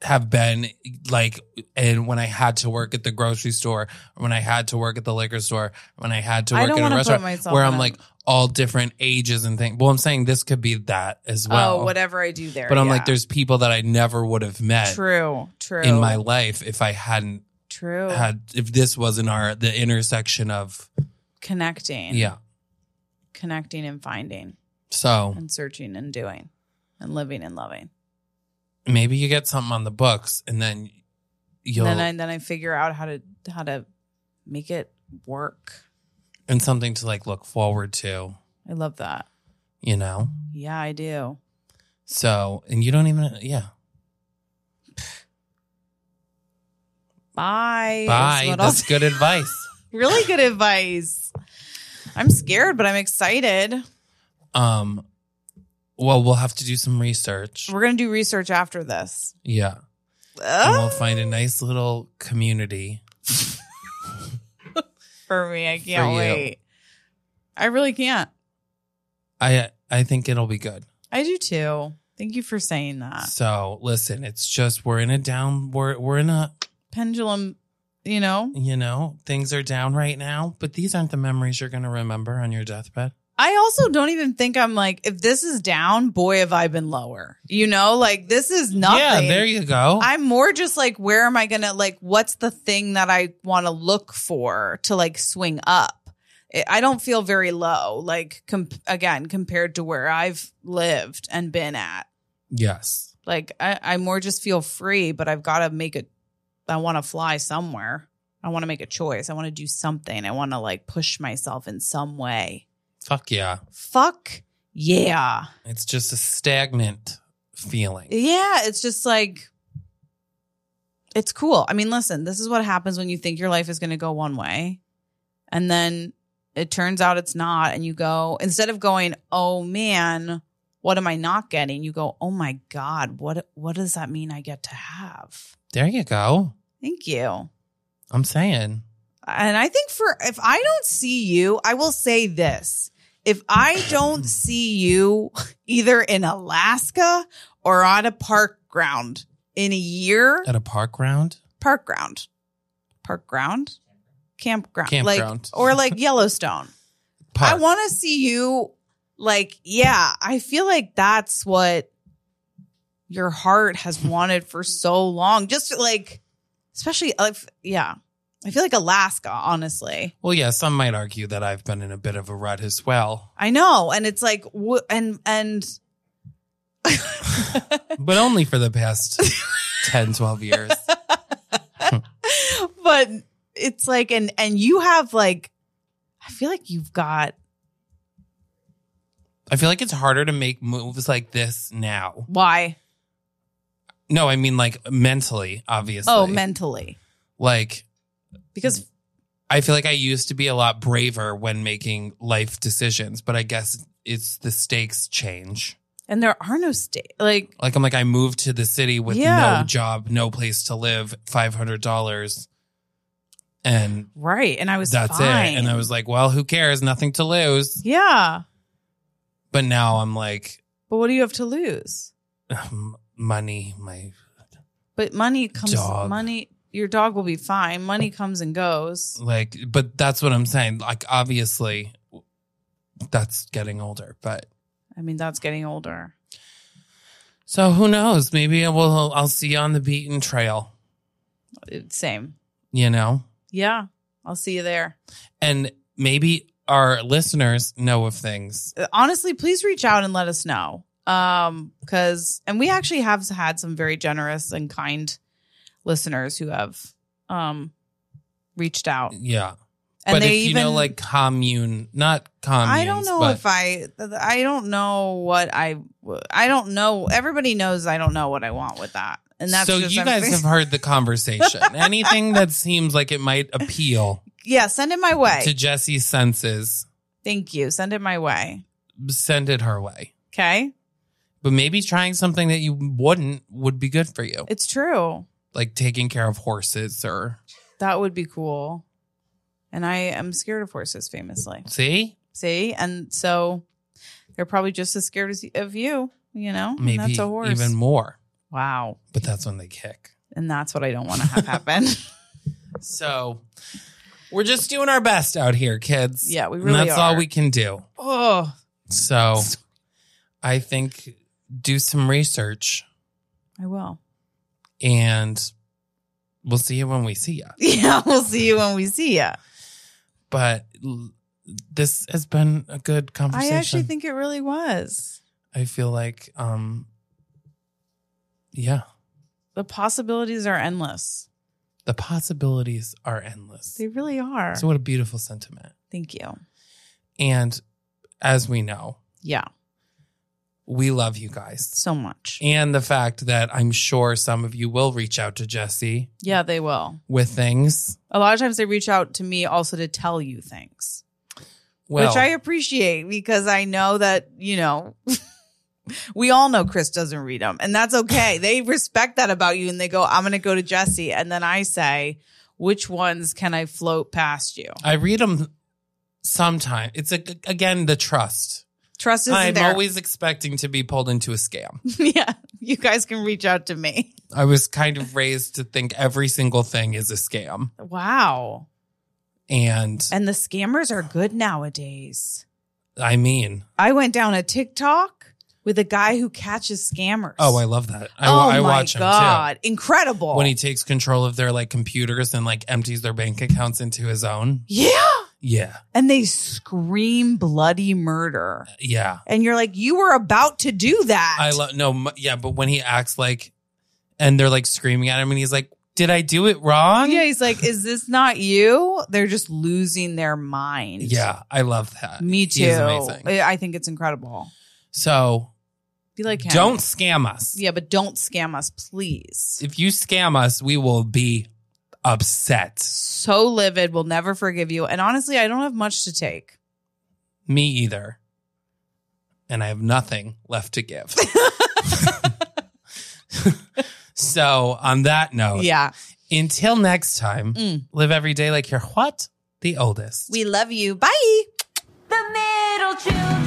C: have been like and when I had to work at the grocery store, when I had to work at the liquor store, when I had to
B: I
C: work
B: don't
C: at
B: want
C: a
B: to put
C: restaurant
B: myself
C: where
B: in
C: I'm
B: a-
C: like all different ages and things. Well, I'm saying this could be that as well.
B: oh, whatever I do there.
C: But I'm
B: yeah.
C: like there's people that I never would have met
B: true, true
C: in my life if I hadn't
B: true
C: had if this wasn't our the intersection of
B: connecting,
C: yeah
B: connecting and finding
C: so
B: and searching and doing and living and loving.
C: maybe you get something on the books and then you'll
B: then I then I figure out how to how to make it work.
C: and something to like look forward to
B: I love that.
C: you know
B: Yeah, I do.
C: so and you don't even yeah
B: Bye. That's
C: bye
B: what I'll
C: that's
B: say.
C: good advice
B: really good advice. I'm scared, but I'm excited.
C: um well we'll have to do some research
B: We're gonna do research after this.
C: yeah and we'll
B: Ugh,
C: find a nice little community
B: for me, I can't
C: you.
B: wait. I really can't.
C: i i think it'll be good
B: I do too. Thank you for saying that.
C: so listen it's just we're in a down we're, we're in a
B: pendulum, you know.
C: you know, things are down right now, but these aren't the memories you're going to remember on your deathbed.
B: I also don't even think I'm like, if this is down, boy, have I been lower. You know, like this is nothing.
C: Yeah, there you go.
B: I'm more just like, where am I going to, like, what's the thing that I want to look for to like swing up? I- I don't feel very low, like, com- again, compared to where I've lived and been at.
C: yes.
B: Like, I, I more just feel free, but I've got to make it, I want to fly somewhere. I want to make a choice. I want to do something. I want to like push myself in some way.
C: Fuck yeah.
B: Fuck yeah.
C: It's just a stagnant feeling.
B: Yeah, it's just like it's cool. I mean, listen, this is what happens when you think your life is going to go one way and then it turns out it's not and you go instead of going, "Oh man, what am I not getting?" you go, "Oh my god, what what does that mean I get to have?"
C: There you go.
B: Thank you.
C: I'm saying.
B: And I think for if I don't see you, I will say this. If I don't see you either in Alaska or on a park ground in a year,
C: At a park ground?
B: park ground, park ground, campground,
C: Campground.
B: like or like Yellowstone.
C: Park.
B: I want to see you like yeah, I feel like that's what your heart has wanted for so long. Just like especially if yeah. I feel like Alaska, honestly.
C: well, yeah, some might argue that I've been in a bit of a rut as well,
B: I know, and it's like wh- and and
C: but only for the past 10, 12 years.
B: but it's like and and you have like I feel like you've got
C: I feel like it's harder to make moves like this now.
B: why?
C: No, I mean like mentally, obviously.
B: Oh, mentally.
C: Like
B: Because
C: I feel like I used to be a lot braver when making life decisions, but I guess it's the stakes change.
B: and there are no state like
C: Like I'm like I moved to the city with
B: Yeah.
C: no job, no place to live, five hundred dollars, and
B: right and I was
C: that's
B: fine.
C: it. And I was like, well, who cares? Nothing to lose.
B: Yeah.
C: But now I'm like,
B: But what do you have to lose?
C: um, money, my
B: But money comes
C: Dog.
B: money your dog will be fine. Money comes and goes.
C: like. But that's what I'm saying. Like obviously, that's getting older, but.
B: I mean, that's getting older.
C: So who knows? Maybe I will. I'll see you on the beaten trail.
B: It- Same.
C: You know,
B: Yeah. I'll see you there.
C: and maybe our listeners know of things.
B: honestly, please reach out and let us know. Um, cause, and we actually have had some very generous and kind listeners who have, um, reached out. And
C: Yeah, but if
B: they
C: you
B: even,
C: know, like commune, not commune.
B: I don't know if I, I don't know what I, I don't know. Everybody knows I don't know what I want with that. And that's
C: so
B: just,
C: you
B: I'm-
C: guys have heard the conversation. Anything that seems like it might appeal
B: yeah, send it my way.
C: to Jesse's senses,
B: Thank you. Send it my way.
C: send it her way.
B: Okay.
C: But maybe trying something that you wouldn't would be good for you,
B: It's true.
C: like taking care of horses or
B: That would be cool. And I am scared of horses famously.
C: see.
B: See, and so they're probably just as scared as of you. You know, And
C: Maybe
B: Mm, that's a horse.
C: even more,
B: wow,
C: but that's when they kick.
B: and that's what I don't want to have happen.
C: So we're just doing our best out here, kids.
B: Yeah, we
C: And
B: really
C: That's all
B: are.
C: we can do.
B: oh,
C: So I think do some research
B: I will.
C: and we'll see you when we see you.
B: Yeah, we'll see you when we see you.
C: But l- this has been a good
B: I
C: conversation.
B: actually think it really was
C: I feel like um yeah,
B: the possibilities are endless.
C: the possibilities are endless.
B: They really are.
C: So what a beautiful sentiment.
B: Thank you.
C: And as we know,
B: Yeah,
C: we love you guys.
B: so much.
C: and the fact that I'm sure some of you will reach out to Jesse
B: Yeah, they will.
C: with things.
B: A lot of times they reach out to me also to tell you things,
C: Well,
B: which I appreciate because I know that, you know, we all know Chris doesn't read them and that's okay. they respect that about you and they go, I'm going to go to Jesse. And then I say, which ones can I float past you?
C: I read them sometime. It's a, again the trust.
B: Trust isn't
C: I'm
B: there.
C: always expecting to be pulled into a scam.
B: yeah. You guys can reach out to me.
C: I was kind of raised to think every single thing is a scam,
B: Wow.
C: and
B: And the scammers are good nowadays.
C: I mean,
B: I went down a TikTok with a guy who catches scammers.
C: oh, I love that. I,
B: oh my
C: I watch him
B: God. Incredible.
C: too when he takes control of their like computers and like empties their bank accounts into his own.
B: yeah.
C: Yeah,
B: And they scream bloody murder.
C: yeah.
B: And you're like, you were about to do that.
C: I love no, m- yeah, but when he acts like, and they're like screaming at him, and he's like, Did I do it wrong?
B: Yeah, he's like, is this not you? They're just losing their mind.
C: Yeah, I love that.
B: Me
C: He
B: too.
C: is amazing.
B: I I think it's incredible.
C: So
B: Be like him.
C: don't scam us.
B: Yeah, but don't scam us, please.
C: If you scam us, we will be upset.
B: So livid, we'll never forgive you. And honestly, I don't have much to take.
C: Me either. And I have nothing left to give. so, on that note,
B: Yeah.
C: until next time,
B: Mm.
C: live every day like you're what? The oldest.
B: We love you. Bye.
A: The middle children.